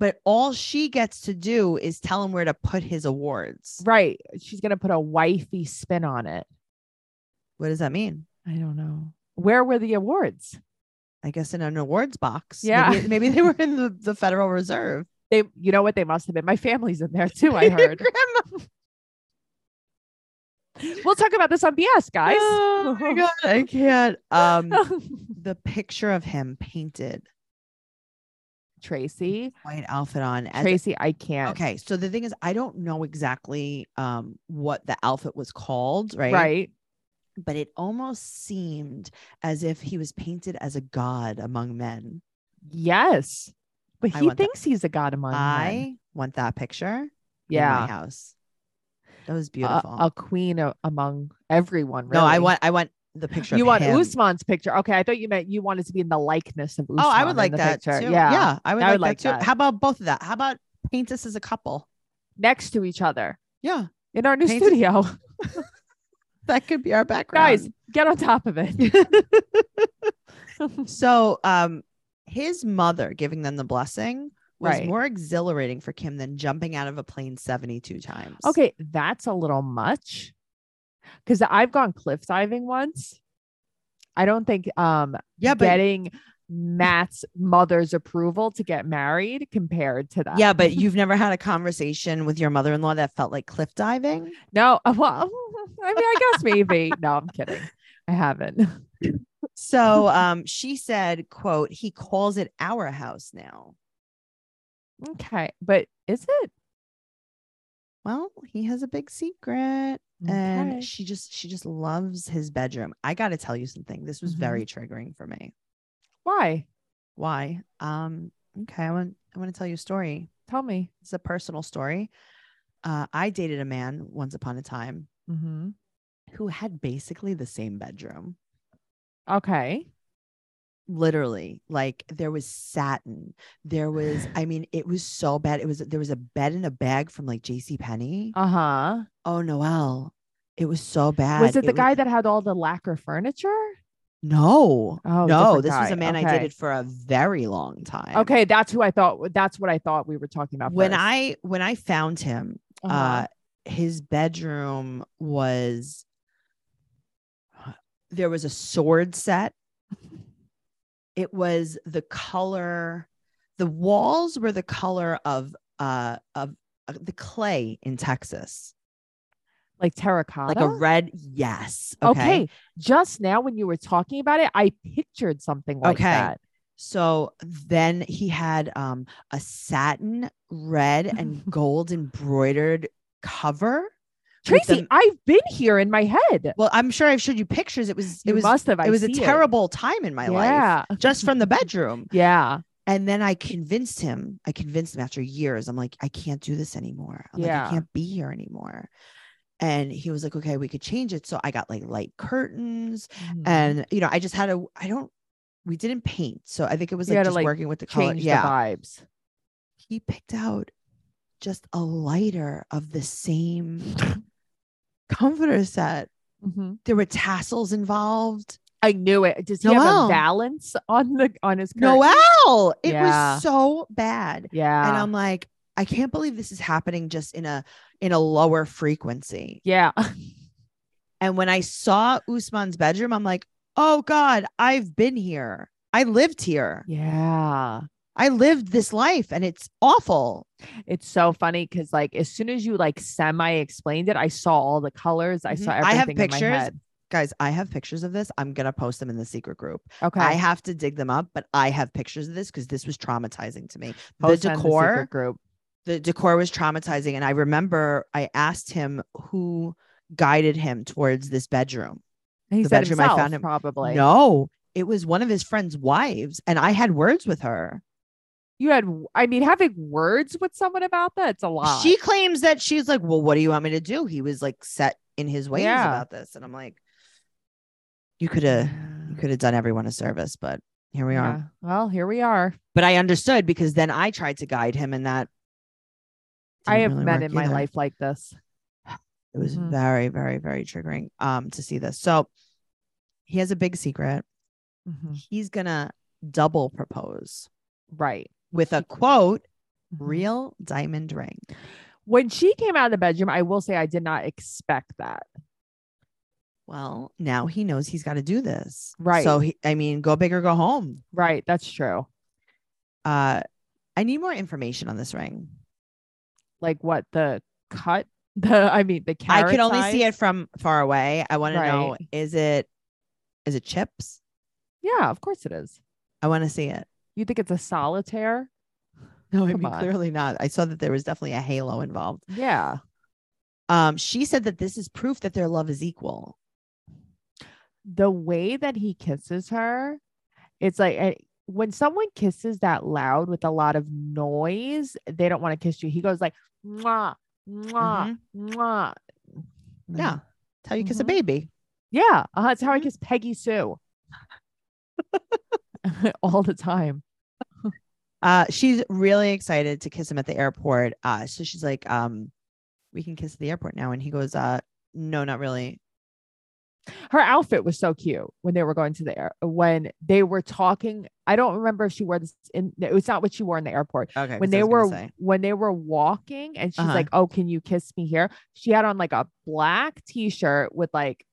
[SPEAKER 2] But all she gets to do is tell him where to put his awards.
[SPEAKER 3] right. She's gonna put a wifey spin on it.
[SPEAKER 2] What does that mean?
[SPEAKER 3] I don't know. Where were the awards?
[SPEAKER 2] I guess in an awards box.
[SPEAKER 3] Yeah.
[SPEAKER 2] Maybe, maybe
[SPEAKER 3] *laughs*
[SPEAKER 2] they were in the, the Federal Reserve.
[SPEAKER 3] They, you know what? They must have been. My family's in there too.
[SPEAKER 2] *laughs*
[SPEAKER 3] I heard.
[SPEAKER 2] Grandma.
[SPEAKER 3] we'll talk about this on BS, guys.
[SPEAKER 2] Oh my God. I can't. Um,
[SPEAKER 3] *laughs*
[SPEAKER 2] the picture of him painted
[SPEAKER 3] Tracy,
[SPEAKER 2] white outfit on as
[SPEAKER 3] Tracy, I can't.
[SPEAKER 2] Okay, so the thing is, I don't know exactly um, what the outfit was called, right?
[SPEAKER 3] Right.
[SPEAKER 2] But it almost seemed as if he was painted as a god among men.
[SPEAKER 3] Yes. But
[SPEAKER 2] I
[SPEAKER 3] he
[SPEAKER 2] want that.
[SPEAKER 3] thinks he's a god among
[SPEAKER 2] I
[SPEAKER 3] men.
[SPEAKER 2] want that picture. in my
[SPEAKER 3] Yeah.
[SPEAKER 2] house. That was
[SPEAKER 3] A-
[SPEAKER 2] beautiful.
[SPEAKER 3] A, queen a- among everyone. Really.
[SPEAKER 2] No, I want, I want the picture.
[SPEAKER 3] You
[SPEAKER 2] of
[SPEAKER 3] want
[SPEAKER 2] him.
[SPEAKER 3] Usman's picture? Okay, I thought you meant you wanted to be in the likeness of Usman.
[SPEAKER 2] Oh, I would
[SPEAKER 3] in
[SPEAKER 2] like
[SPEAKER 3] the
[SPEAKER 2] that
[SPEAKER 3] picture.
[SPEAKER 2] too.
[SPEAKER 3] Yeah.
[SPEAKER 2] yeah, I would,
[SPEAKER 3] I
[SPEAKER 2] like,
[SPEAKER 3] would like
[SPEAKER 2] that too.
[SPEAKER 3] that.
[SPEAKER 2] How about both of that? How about paint us as a couple?
[SPEAKER 3] next to each other
[SPEAKER 2] Yeah,
[SPEAKER 3] in our new
[SPEAKER 2] Painted-
[SPEAKER 3] studio. *laughs*
[SPEAKER 2] *laughs* that could be our background,
[SPEAKER 3] Guys, get on top of it.
[SPEAKER 2] *laughs*
[SPEAKER 3] *laughs*
[SPEAKER 2] So, um, his mother giving them the blessing was
[SPEAKER 3] Right.
[SPEAKER 2] more exhilarating for Kim than jumping out of a plane 72 times.
[SPEAKER 3] Okay, that's a little much. Because I've gone cliff diving once. I don't think um
[SPEAKER 2] Yeah, but
[SPEAKER 3] getting Matt's mother's approval to get married compared to that.
[SPEAKER 2] yeah, but you've never had a conversation with your mother-in-law that felt like
[SPEAKER 3] *laughs*
[SPEAKER 2] cliff diving.
[SPEAKER 3] No, well, I mean, I guess maybe. no, I'm kidding. I haven't. *laughs*
[SPEAKER 2] So, um, she said, "quote He calls it our house now."
[SPEAKER 3] Okay, but is it?
[SPEAKER 2] Well, he has a big secret, and
[SPEAKER 3] Okay.
[SPEAKER 2] she just she just loves his bedroom. I got to tell you something. This was
[SPEAKER 3] Mhm.
[SPEAKER 2] very triggering for me.
[SPEAKER 3] Why?
[SPEAKER 2] Why? Um, okay, I want I want to tell you a story.
[SPEAKER 3] Tell me.
[SPEAKER 2] It's a personal story. Uh, I dated a man once upon a time
[SPEAKER 3] Mm-hmm.
[SPEAKER 2] who had basically the same bedroom.
[SPEAKER 3] Okay.
[SPEAKER 2] Literally, like there was satin. There was, I mean, it was so bad. It was there was a bed in a bag from like J.C. Penney.
[SPEAKER 3] Uh huh.
[SPEAKER 2] oh Noel, it was so bad.
[SPEAKER 3] Was it the
[SPEAKER 2] was-
[SPEAKER 3] guy that had all the lacquer furniture?
[SPEAKER 2] No,
[SPEAKER 3] Oh,
[SPEAKER 2] no.
[SPEAKER 3] different
[SPEAKER 2] This was
[SPEAKER 3] guy.
[SPEAKER 2] a man I
[SPEAKER 3] Okay.
[SPEAKER 2] dated for a very long time.
[SPEAKER 3] Okay, that's who I thought. That's what I thought we were talking about.
[SPEAKER 2] When
[SPEAKER 3] first.
[SPEAKER 2] I when I found him, uh
[SPEAKER 3] Uh-huh.
[SPEAKER 2] his bedroom was there was a
[SPEAKER 3] *laughs*
[SPEAKER 2] sword set it was the color the walls were the color of uh of uh, the clay in texas
[SPEAKER 3] like terracotta,
[SPEAKER 2] like a red yes
[SPEAKER 3] okay. Just now, when you were talking about it, I pictured something like
[SPEAKER 2] Okay.
[SPEAKER 3] that.
[SPEAKER 2] so then he had um a satin red
[SPEAKER 3] *laughs*
[SPEAKER 2] and gold embroidered cover with
[SPEAKER 3] Tracy,
[SPEAKER 2] the-
[SPEAKER 3] I've been here in my head.
[SPEAKER 2] well i'm sure i've showed you pictures it was it
[SPEAKER 3] You
[SPEAKER 2] was
[SPEAKER 3] must have. I
[SPEAKER 2] it was a
[SPEAKER 3] see
[SPEAKER 2] terrible time in my life
[SPEAKER 3] Yeah.
[SPEAKER 2] just from the bedroom
[SPEAKER 3] Yeah.
[SPEAKER 2] And then I convinced him, I convinced him after years, I'm like, I can't do this anymore. I'm like, I
[SPEAKER 3] Yeah.
[SPEAKER 2] can't be here anymore. And he was like, okay, we could change it. So I got like light curtains
[SPEAKER 3] Mhm.
[SPEAKER 2] and, you know, I just had a, I don't, we didn't paint. So I think it was
[SPEAKER 3] You
[SPEAKER 2] like
[SPEAKER 3] had to,
[SPEAKER 2] just
[SPEAKER 3] like,
[SPEAKER 2] working with the color.
[SPEAKER 3] change the
[SPEAKER 2] Yeah.
[SPEAKER 3] vibes.
[SPEAKER 2] He picked out just a lighter of the *laughs* same comforter set.
[SPEAKER 3] Mhm.
[SPEAKER 2] There were tassels involved.
[SPEAKER 3] I knew it. Does he have
[SPEAKER 2] Noelle.
[SPEAKER 3] a balance on the on his curtain?
[SPEAKER 2] Noel, it
[SPEAKER 3] Yeah.
[SPEAKER 2] was so bad.
[SPEAKER 3] Yeah.
[SPEAKER 2] and um, I'm like, I can't believe this is happening just in a in a lower frequency.
[SPEAKER 3] yeah. *laughs*
[SPEAKER 2] And when I saw Usman's bedroom, I'm like, oh God, I've been here. I lived here.
[SPEAKER 3] Yeah.
[SPEAKER 2] I lived this life and it's awful.
[SPEAKER 3] It's so funny because like as soon as you like semi explained it, I saw all the colors. I
[SPEAKER 2] Mhm.
[SPEAKER 3] saw
[SPEAKER 2] I have
[SPEAKER 3] everything in
[SPEAKER 2] pictures.
[SPEAKER 3] my head.
[SPEAKER 2] Guys, I have pictures of this. I'm gonna post them in the secret group.
[SPEAKER 3] Okay.
[SPEAKER 2] I have to dig them up, but I have pictures of this because this was traumatizizing to me.
[SPEAKER 3] Post
[SPEAKER 2] the
[SPEAKER 3] on
[SPEAKER 2] decor,
[SPEAKER 3] secret group.
[SPEAKER 2] the decor was traumatizing. And I remember I asked him who guided him towards this bedroom.
[SPEAKER 3] He
[SPEAKER 2] the
[SPEAKER 3] said
[SPEAKER 2] bedroom I
[SPEAKER 3] himself,
[SPEAKER 2] found him-
[SPEAKER 3] probably.
[SPEAKER 2] No, it was one of his friend's wives, and I had words with her.
[SPEAKER 3] You had I mean, having words with someone about that, it's a lot.
[SPEAKER 2] She claims that she's like, "Well, what do you want me to do?" He was like set in his ways
[SPEAKER 3] Yeah.
[SPEAKER 2] about this, and I'm like, "You could have, You could have done everyone a service, but here we are.
[SPEAKER 3] Yeah. Well, here we are.
[SPEAKER 2] But I understood because then I tried to guide him, and that
[SPEAKER 3] I
[SPEAKER 2] didn't
[SPEAKER 3] have
[SPEAKER 2] really
[SPEAKER 3] men
[SPEAKER 2] work
[SPEAKER 3] in my
[SPEAKER 2] either.
[SPEAKER 3] life like this.
[SPEAKER 2] It was
[SPEAKER 3] Mhm.
[SPEAKER 2] very, very, very triggering um to see this. So he has a big secret.
[SPEAKER 3] Mhm.
[SPEAKER 2] He's gonna double propose
[SPEAKER 3] Right. *laughs*
[SPEAKER 2] with a quote,
[SPEAKER 3] Mhm.
[SPEAKER 2] real diamond ring.
[SPEAKER 3] When she came out of the bedroom, I will say I did not expect that.
[SPEAKER 2] Well, now he knows he's got to do this.
[SPEAKER 3] Right.
[SPEAKER 2] So he, I mean, go big or go home.
[SPEAKER 3] Right. That's true.
[SPEAKER 2] Uh I need more information on this ring.
[SPEAKER 3] Like what the cut, *laughs* the I mean the carrot.
[SPEAKER 2] I could only see
[SPEAKER 3] size?
[SPEAKER 2] it from far away. I want to know
[SPEAKER 3] Right.
[SPEAKER 2] is it is it chips?
[SPEAKER 3] Yeah, of course it is.
[SPEAKER 2] I want to see it. *laughs*
[SPEAKER 3] You think it's a solitaire?
[SPEAKER 2] No, I
[SPEAKER 3] Come
[SPEAKER 2] mean
[SPEAKER 3] on.
[SPEAKER 2] clearly not. I saw that there was definitely a halo involved.
[SPEAKER 3] Yeah.
[SPEAKER 2] Um, she said that this is proof that their love is equal.
[SPEAKER 3] The way that he kisses her, it's like eh, when someone kisses that loud with a lot of noise, they don't want to kiss you. He goes like, mwah, mwah, mwah.
[SPEAKER 2] Mm-hmm. Yeah. That's how you kiss a
[SPEAKER 3] Mhm.
[SPEAKER 2] baby.
[SPEAKER 3] Yeah. Uh, it's how I
[SPEAKER 2] Mhm.
[SPEAKER 3] kiss Peggy Sue *laughs* all the time.
[SPEAKER 2] Uh, she's really excited to kiss him at the airport. Uh, so she's like, um, we can kiss at the airport now. And he goes, uh, no, not really.
[SPEAKER 3] Her outfit was so cute when they were going to the air, when they were talking. I don't remember if she wore this in, no, it's not what she wore in the airport.
[SPEAKER 2] Okay.
[SPEAKER 3] when
[SPEAKER 2] 'cause I
[SPEAKER 3] they
[SPEAKER 2] was gonna
[SPEAKER 3] were
[SPEAKER 2] say.
[SPEAKER 3] when they were walking and she's
[SPEAKER 2] Uh-huh.
[SPEAKER 3] like oh can you kiss me here she had on like a black t-shirt with like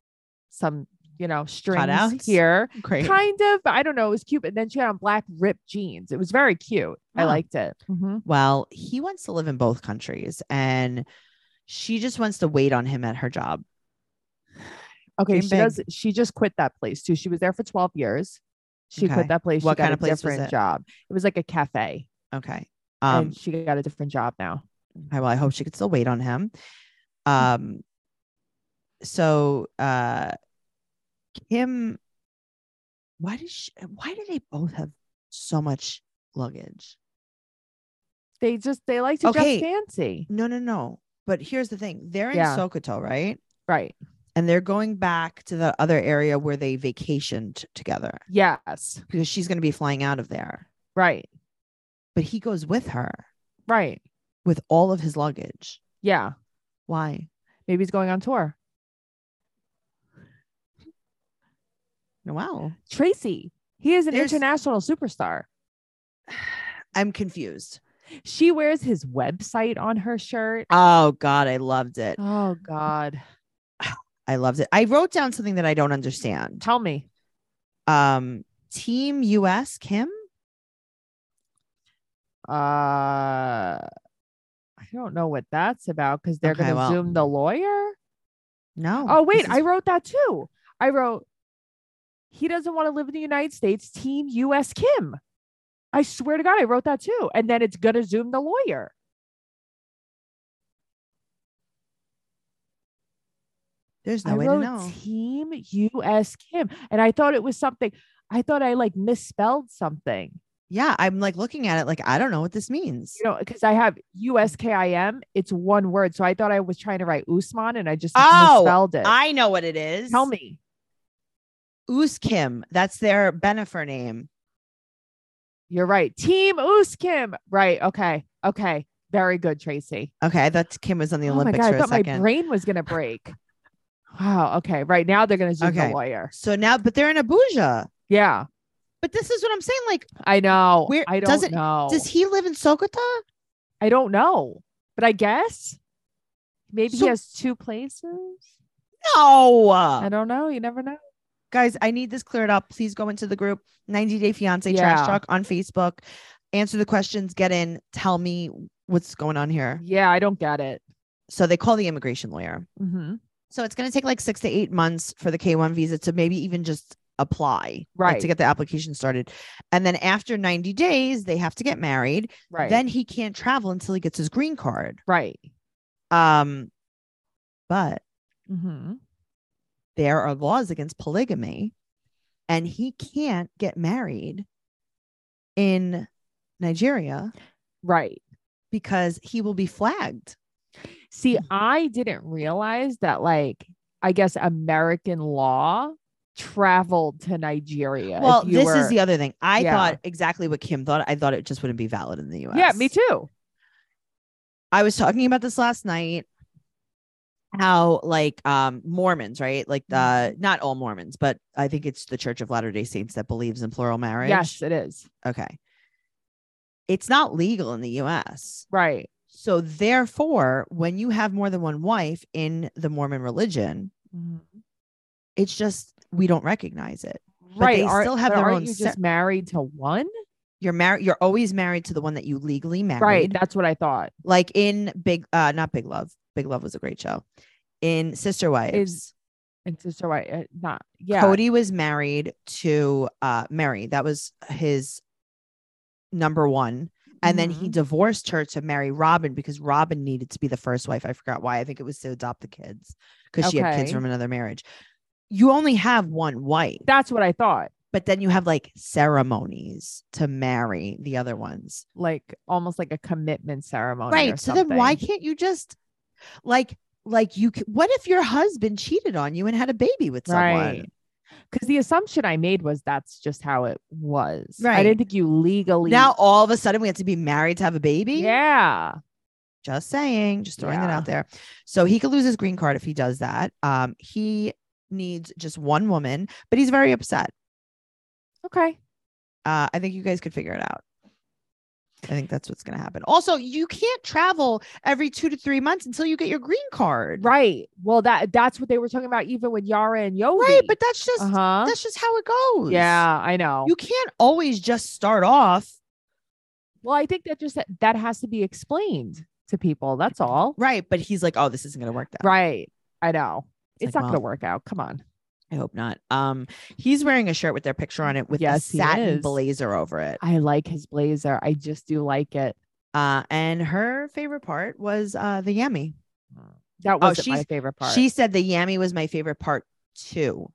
[SPEAKER 3] some you know strings
[SPEAKER 2] Cutouts?
[SPEAKER 3] here
[SPEAKER 2] great.
[SPEAKER 3] kind of but i don't know it was cute and then she had on black ripped jeans it was very cute i
[SPEAKER 2] Huh. Mm-hmm.
[SPEAKER 3] liked it Mhm.
[SPEAKER 2] Well, he wants to live in both countries and she just wants to wait on him at her job.
[SPEAKER 3] okay
[SPEAKER 2] Dream
[SPEAKER 3] she
[SPEAKER 2] big.
[SPEAKER 3] does she just quit that place too she was there for 12 years she
[SPEAKER 2] Okay.
[SPEAKER 3] quit that place
[SPEAKER 2] What
[SPEAKER 3] she got
[SPEAKER 2] kind
[SPEAKER 3] a
[SPEAKER 2] of place was
[SPEAKER 3] different
[SPEAKER 2] it?
[SPEAKER 3] job it was like a cafe
[SPEAKER 2] Okay. Um,
[SPEAKER 3] and she got a different job now
[SPEAKER 2] okay, well, I hope she could still wait on him. Um, so, uh, Kim, why did she, why do they both have so much luggage?
[SPEAKER 3] they just they like to
[SPEAKER 2] Okay.
[SPEAKER 3] dress fancy
[SPEAKER 2] No, no, no. But here's the thing: they're in
[SPEAKER 3] Yeah.
[SPEAKER 2] Sokoto, right?
[SPEAKER 3] right
[SPEAKER 2] And they're going back to the other area where they vacationed together
[SPEAKER 3] yes
[SPEAKER 2] because she's going to be flying out of there.
[SPEAKER 3] right
[SPEAKER 2] But he goes with her
[SPEAKER 3] right
[SPEAKER 2] with all of his luggage.
[SPEAKER 3] yeah
[SPEAKER 2] Why?
[SPEAKER 3] Maybe he's going on tour.
[SPEAKER 2] Wow,
[SPEAKER 3] Tracy, he is an
[SPEAKER 2] There's-
[SPEAKER 3] international superstar.
[SPEAKER 2] I'm confused.
[SPEAKER 3] She wears his website on her shirt.
[SPEAKER 2] Oh God, I loved it.
[SPEAKER 3] Oh God.
[SPEAKER 2] I loved it. I wrote down something that I don't understand.
[SPEAKER 3] Tell me.
[SPEAKER 2] Um, Team US Kim.
[SPEAKER 3] Uh I don't know what that's about because they're
[SPEAKER 2] Okay,
[SPEAKER 3] gonna
[SPEAKER 2] well-
[SPEAKER 3] zoom the lawyer.
[SPEAKER 2] No.
[SPEAKER 3] Oh wait,
[SPEAKER 2] this
[SPEAKER 3] I
[SPEAKER 2] is-
[SPEAKER 3] wrote that too. I wrote he doesn't want to live in the United States, team US Kim. I swear to God, I wrote that too. And then it's gonna zoom the lawyer.
[SPEAKER 2] there's no
[SPEAKER 3] I
[SPEAKER 2] way
[SPEAKER 3] wrote
[SPEAKER 2] to know.
[SPEAKER 3] Team US Kim. And I thought it was something, I thought I like misspelled something,
[SPEAKER 2] yeah, I'm like looking at it like I don't know what this means.
[SPEAKER 3] you know, because I have USKIM, it's one word. So I thought I was trying to write Usman and I just
[SPEAKER 2] Oh,
[SPEAKER 3] misspelled it.
[SPEAKER 2] I know what it is.
[SPEAKER 3] Tell me.
[SPEAKER 2] Ooz Kim. That's their benefer name.
[SPEAKER 3] You're right. Team US Kim. Right. Okay. Okay. Very good, Tracy.
[SPEAKER 2] Okay, I thought Kim was on the
[SPEAKER 3] oh my God.
[SPEAKER 2] Olympics
[SPEAKER 3] I
[SPEAKER 2] for a
[SPEAKER 3] thought my
[SPEAKER 2] second.
[SPEAKER 3] brain was going to break. wow. Okay. Right now they're going to zoom
[SPEAKER 2] Okay.
[SPEAKER 3] the lawyer.
[SPEAKER 2] so now, but they're in Abuja.
[SPEAKER 3] Yeah.
[SPEAKER 2] But this is what I'm saying. Like,
[SPEAKER 3] I know.
[SPEAKER 2] Where-
[SPEAKER 3] I don't
[SPEAKER 2] does it-
[SPEAKER 3] know.
[SPEAKER 2] does he live in Sokoto?
[SPEAKER 3] I don't know, but I guess maybe
[SPEAKER 2] So- Uh.
[SPEAKER 3] he has two places.
[SPEAKER 2] No,
[SPEAKER 3] I don't know. You never know.
[SPEAKER 2] guys, I need this cleared up. Please go into the group 90 Day Fiance
[SPEAKER 3] Yeah.
[SPEAKER 2] Trash Talk on Facebook. Answer the questions. Get in. Tell me what's going on here.
[SPEAKER 3] Yeah, I don't get it.
[SPEAKER 2] So they call the immigration lawyer.
[SPEAKER 3] Mm-hmm.
[SPEAKER 2] So it's going to take like six to eight months for the K one visa to maybe even just apply, like,
[SPEAKER 3] Right.
[SPEAKER 2] to get the application started, and then after ninety days they have to get married.
[SPEAKER 3] Right.
[SPEAKER 2] Then he can't travel until he gets his green card.
[SPEAKER 3] right.
[SPEAKER 2] Um, but
[SPEAKER 3] Mm-hmm.
[SPEAKER 2] there are laws against polygamy, and he can't get married in Nigeria
[SPEAKER 3] Right.
[SPEAKER 2] because he will be flagged. Mm-hmm.
[SPEAKER 3] See, I didn't realize that, like, I guess American law traveled to Nigeria. if
[SPEAKER 2] Well,
[SPEAKER 3] you
[SPEAKER 2] this
[SPEAKER 3] were-
[SPEAKER 2] is the other thing. I
[SPEAKER 3] Yeah.
[SPEAKER 2] thought exactly what Kim thought. I thought it just wouldn't be valid in the US.
[SPEAKER 3] yeah, me too.
[SPEAKER 2] I was talking about this last night. How like um Mormons, right? Like the
[SPEAKER 3] Mm-hmm.
[SPEAKER 2] not all Mormons, but I think it's the Church of Latter-day Saints that believes in plural marriage.
[SPEAKER 3] Yes, it is
[SPEAKER 2] Okay. It's not legal in the US.
[SPEAKER 3] right.
[SPEAKER 2] So therefore, when you have more than one wife in the Mormon religion,
[SPEAKER 3] Mm-hmm.
[SPEAKER 2] it's just we don't recognize it.
[SPEAKER 3] Right,
[SPEAKER 2] they
[SPEAKER 3] aren't-
[SPEAKER 2] still have
[SPEAKER 3] but
[SPEAKER 2] their
[SPEAKER 3] aren't
[SPEAKER 2] own
[SPEAKER 3] You
[SPEAKER 2] se-
[SPEAKER 3] just married to one,
[SPEAKER 2] You're married you're always married to the one that you legally married.
[SPEAKER 3] right? That's what I thought.
[SPEAKER 2] Like in Big uh not Big Love. Big Love was a great show. In Sister Wives,
[SPEAKER 3] And so, so I uh, not yeah.
[SPEAKER 2] Cody was married to uh Mary. That was his number one. And then he
[SPEAKER 3] Mhm.
[SPEAKER 2] divorced her to marry Robin because Robin needed to be the first wife. I forgot why. I think it was to adopt the kids because she had kids
[SPEAKER 3] Okay.
[SPEAKER 2] from another marriage. You only have one wife,
[SPEAKER 3] That's what I thought.
[SPEAKER 2] but then you have like ceremonies to marry the other ones.
[SPEAKER 3] Like almost like a commitment ceremony, or
[SPEAKER 2] Right. So then why
[SPEAKER 3] something.
[SPEAKER 2] can't you just like like you c- what if your husband cheated on you and had a baby with someone?
[SPEAKER 3] Right. Because the assumption I made was that's just how it was. I
[SPEAKER 2] Right.
[SPEAKER 3] didn't think you legally.
[SPEAKER 2] Now all of a sudden we have to be married to have a baby?
[SPEAKER 3] yeah.
[SPEAKER 2] Just saying, just throwing that
[SPEAKER 3] Yeah.
[SPEAKER 2] out there. So he could lose his green card if he does that. Um, he needs just one woman, but he's very upset.
[SPEAKER 3] Okay.
[SPEAKER 2] Uh, I think you guys could figure it out. I think that's what's going to happen. Also, you can't travel every two to three months until you get your green card,
[SPEAKER 3] Right. Well, that that's what they were talking about, even with Yara and Yogi.
[SPEAKER 2] Right, but that's just
[SPEAKER 3] uh huh.
[SPEAKER 2] that's just how it goes.
[SPEAKER 3] Yeah, I know.
[SPEAKER 2] you can't always just start off
[SPEAKER 3] well, I think that just that has to be explained to people. That's all.
[SPEAKER 2] right. But he's like, oh, this isn't going to work. That way."
[SPEAKER 3] Right. I know. It's,
[SPEAKER 2] like,
[SPEAKER 3] not
[SPEAKER 2] well,
[SPEAKER 3] going to work out. Come on.
[SPEAKER 2] I hope not. Um, he's wearing a shirt with their picture on it with
[SPEAKER 3] Yes,
[SPEAKER 2] a
[SPEAKER 3] he
[SPEAKER 2] satin
[SPEAKER 3] is.
[SPEAKER 2] blazer over it.
[SPEAKER 3] I like his blazer. I just do like it.
[SPEAKER 2] Uh, and her favorite part was uh, the yummy.
[SPEAKER 3] That wasn't my
[SPEAKER 2] Oh, she's-
[SPEAKER 3] favorite part.
[SPEAKER 2] She said the yummy was my favorite part too.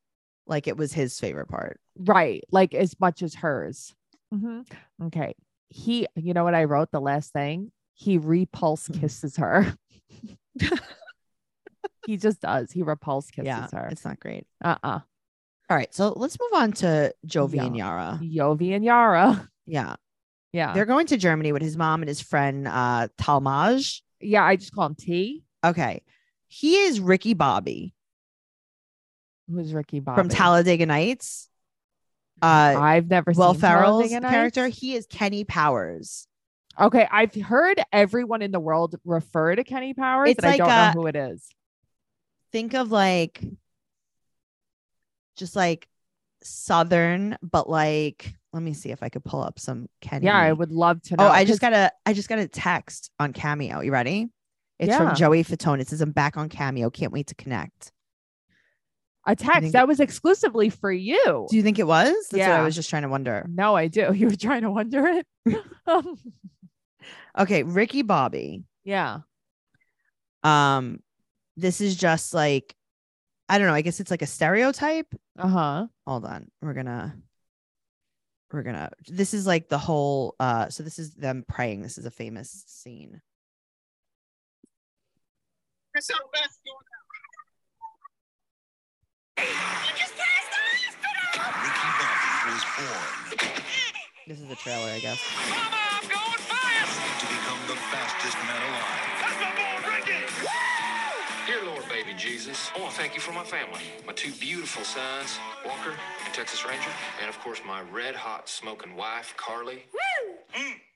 [SPEAKER 2] Like it was his favorite part.
[SPEAKER 3] right, like as much as hers.
[SPEAKER 2] Mm-hmm.
[SPEAKER 3] Mhm. Okay. He, you know what I wrote the last thing? He repulse
[SPEAKER 2] Mm.
[SPEAKER 3] kisses her. *laughs*
[SPEAKER 2] *laughs*
[SPEAKER 3] he just does. He repulse kisses
[SPEAKER 2] yeah,
[SPEAKER 3] her.
[SPEAKER 2] it's not great.
[SPEAKER 3] Uh uh
[SPEAKER 2] All right, so let's move on to Jovi and Yara.
[SPEAKER 3] Yovi and Yara.
[SPEAKER 2] Yeah,
[SPEAKER 3] Yeah.
[SPEAKER 2] they're going to Germany with his mom and his friend uh, Talmage.
[SPEAKER 3] yeah. I just call him T.
[SPEAKER 2] Okay, he is Ricky Bobby,
[SPEAKER 3] Who's Ricky Bobby?
[SPEAKER 2] from Talladega Nights. Uh,
[SPEAKER 3] I've never
[SPEAKER 2] Will
[SPEAKER 3] seen
[SPEAKER 2] Ferrell's
[SPEAKER 3] Talladega Nights.
[SPEAKER 2] character. He is Kenny Powers.
[SPEAKER 3] Okay, I've heard everyone in the world refer to Kenny Powers,
[SPEAKER 2] It's
[SPEAKER 3] but I
[SPEAKER 2] like
[SPEAKER 3] don't
[SPEAKER 2] a-
[SPEAKER 3] know who it is.
[SPEAKER 2] think of like just like southern but like let me see if i could pull up some kenny
[SPEAKER 3] Yeah, I would love to know.
[SPEAKER 2] oh i just
[SPEAKER 3] 'cause-
[SPEAKER 2] got a i just got a text on cameo you ready it's
[SPEAKER 3] Yeah.
[SPEAKER 2] from joey fatone it says i'm back on cameo can't wait to connect
[SPEAKER 3] a text
[SPEAKER 2] think-
[SPEAKER 3] that was exclusively for you.
[SPEAKER 2] do you think it was that's what i
[SPEAKER 3] Yeah.
[SPEAKER 2] was just trying to wonder
[SPEAKER 3] No, I do. *laughs* You were trying to wonder it. *laughs* Um,
[SPEAKER 2] okay ricky bobby
[SPEAKER 3] yeah.
[SPEAKER 2] um this is just like i don't know i guess it's like a stereotype
[SPEAKER 3] Uh huh.
[SPEAKER 2] hold on we're gonna we're gonna this is like the whole uh so this is them praying this is a famous scene
[SPEAKER 4] Ricky Bobby was born
[SPEAKER 2] this is a trailer i guess
[SPEAKER 5] Mama, I'm going fast!
[SPEAKER 4] to become the fastest man alive.
[SPEAKER 5] That's my boy, Ricky!
[SPEAKER 6] Dear Lord, baby Jesus, I want to thank you for my family, my two beautiful sons, Walker and Texas Ranger, and of course my red hot smoking wife, Carly.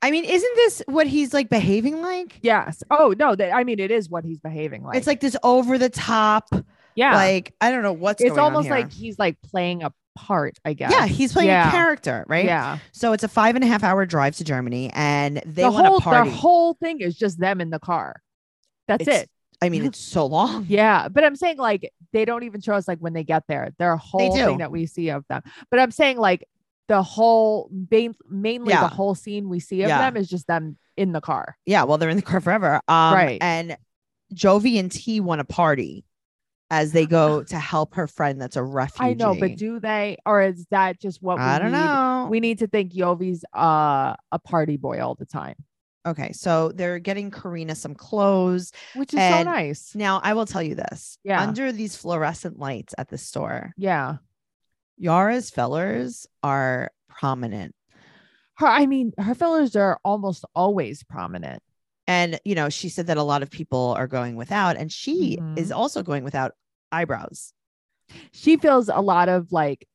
[SPEAKER 2] i mean isn't this what he's like behaving like
[SPEAKER 3] Yes. Oh no. That I mean, it is what he's behaving like.
[SPEAKER 2] it's like this over the top
[SPEAKER 3] yeah.
[SPEAKER 2] like i don't know what's
[SPEAKER 3] it's
[SPEAKER 2] going on
[SPEAKER 3] almost
[SPEAKER 2] here.
[SPEAKER 3] like he's like playing a part. I guess.
[SPEAKER 2] yeah he's playing a
[SPEAKER 3] Yeah.
[SPEAKER 2] character right
[SPEAKER 3] Yeah.
[SPEAKER 2] so it's a five and a half hour drive to germany and they
[SPEAKER 3] the
[SPEAKER 2] want
[SPEAKER 3] whole
[SPEAKER 2] to party
[SPEAKER 3] the whole thing is just them in the car. That's
[SPEAKER 2] It's-
[SPEAKER 3] it.
[SPEAKER 2] i mean it's so long
[SPEAKER 3] Yeah, but I'm saying like they don't even show us like when they get there. Their whole
[SPEAKER 2] do.
[SPEAKER 3] thing that we see of them. But I'm saying like the whole main, mainly
[SPEAKER 2] Yeah.
[SPEAKER 3] the whole scene we see of
[SPEAKER 2] Yeah.
[SPEAKER 3] them is just them in the car.
[SPEAKER 2] yeah well they're in the car forever um
[SPEAKER 3] Right.
[SPEAKER 2] and jovi and t want to party as they
[SPEAKER 3] *sighs*
[SPEAKER 2] go to help her friend that's a refugee
[SPEAKER 3] I know, but do they or is that just what we
[SPEAKER 2] i don't
[SPEAKER 3] need?
[SPEAKER 2] know
[SPEAKER 3] We need to think Yovi's uh a party boy all the time,
[SPEAKER 2] okay so they're getting karina some clothes
[SPEAKER 3] which is
[SPEAKER 2] And-
[SPEAKER 3] so nice.
[SPEAKER 2] now i will tell you this
[SPEAKER 3] Yeah.
[SPEAKER 2] under these fluorescent lights at the store
[SPEAKER 3] Yeah.
[SPEAKER 2] Yara's fellers are prominent.
[SPEAKER 3] Her, I mean, her fillers are almost always prominent.
[SPEAKER 2] And, you know, she said that a lot of people are going without, and she is
[SPEAKER 3] Mhm.
[SPEAKER 2] also going without eyebrows.
[SPEAKER 3] She feels a lot of like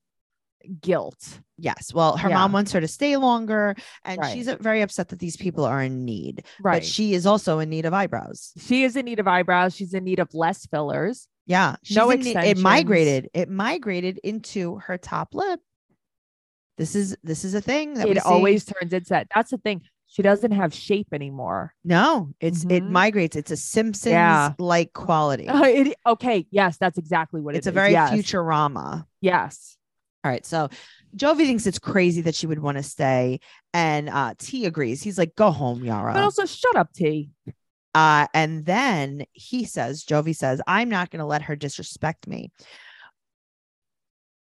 [SPEAKER 3] guilt.
[SPEAKER 2] Yes. Well, her
[SPEAKER 3] Yeah.
[SPEAKER 2] mom wants her to stay longer, and
[SPEAKER 3] Right.
[SPEAKER 2] she's uh, very upset that these people are in need.
[SPEAKER 3] Right.
[SPEAKER 2] But she is also in need of eyebrows.
[SPEAKER 3] she is in need of eyebrows. She's in need of less fillers.
[SPEAKER 2] Yeah.
[SPEAKER 3] No
[SPEAKER 2] in need- It
[SPEAKER 3] extensions.
[SPEAKER 2] migrated. It migrated into her top lip. This is this is a thing that we
[SPEAKER 3] It
[SPEAKER 2] see.
[SPEAKER 3] always turns into that. That's the thing. She doesn't have shape anymore.
[SPEAKER 2] no. It's it
[SPEAKER 3] Mhm.
[SPEAKER 2] migrates. It's a Simpsons
[SPEAKER 3] *laughs*
[SPEAKER 2] like quality.
[SPEAKER 3] It- okay. Yes, that's exactly what it
[SPEAKER 2] it's a
[SPEAKER 3] is.
[SPEAKER 2] very
[SPEAKER 3] yes.
[SPEAKER 2] Futurama.
[SPEAKER 3] Yes.
[SPEAKER 2] All right. So Jovi thinks it's crazy that she would want to stay, and uh, T agrees. He's like, "Go home, Yara."
[SPEAKER 3] But also, shut up, T.
[SPEAKER 2] Uh, and then he says, Jovi says, I'm not going to let her disrespect me.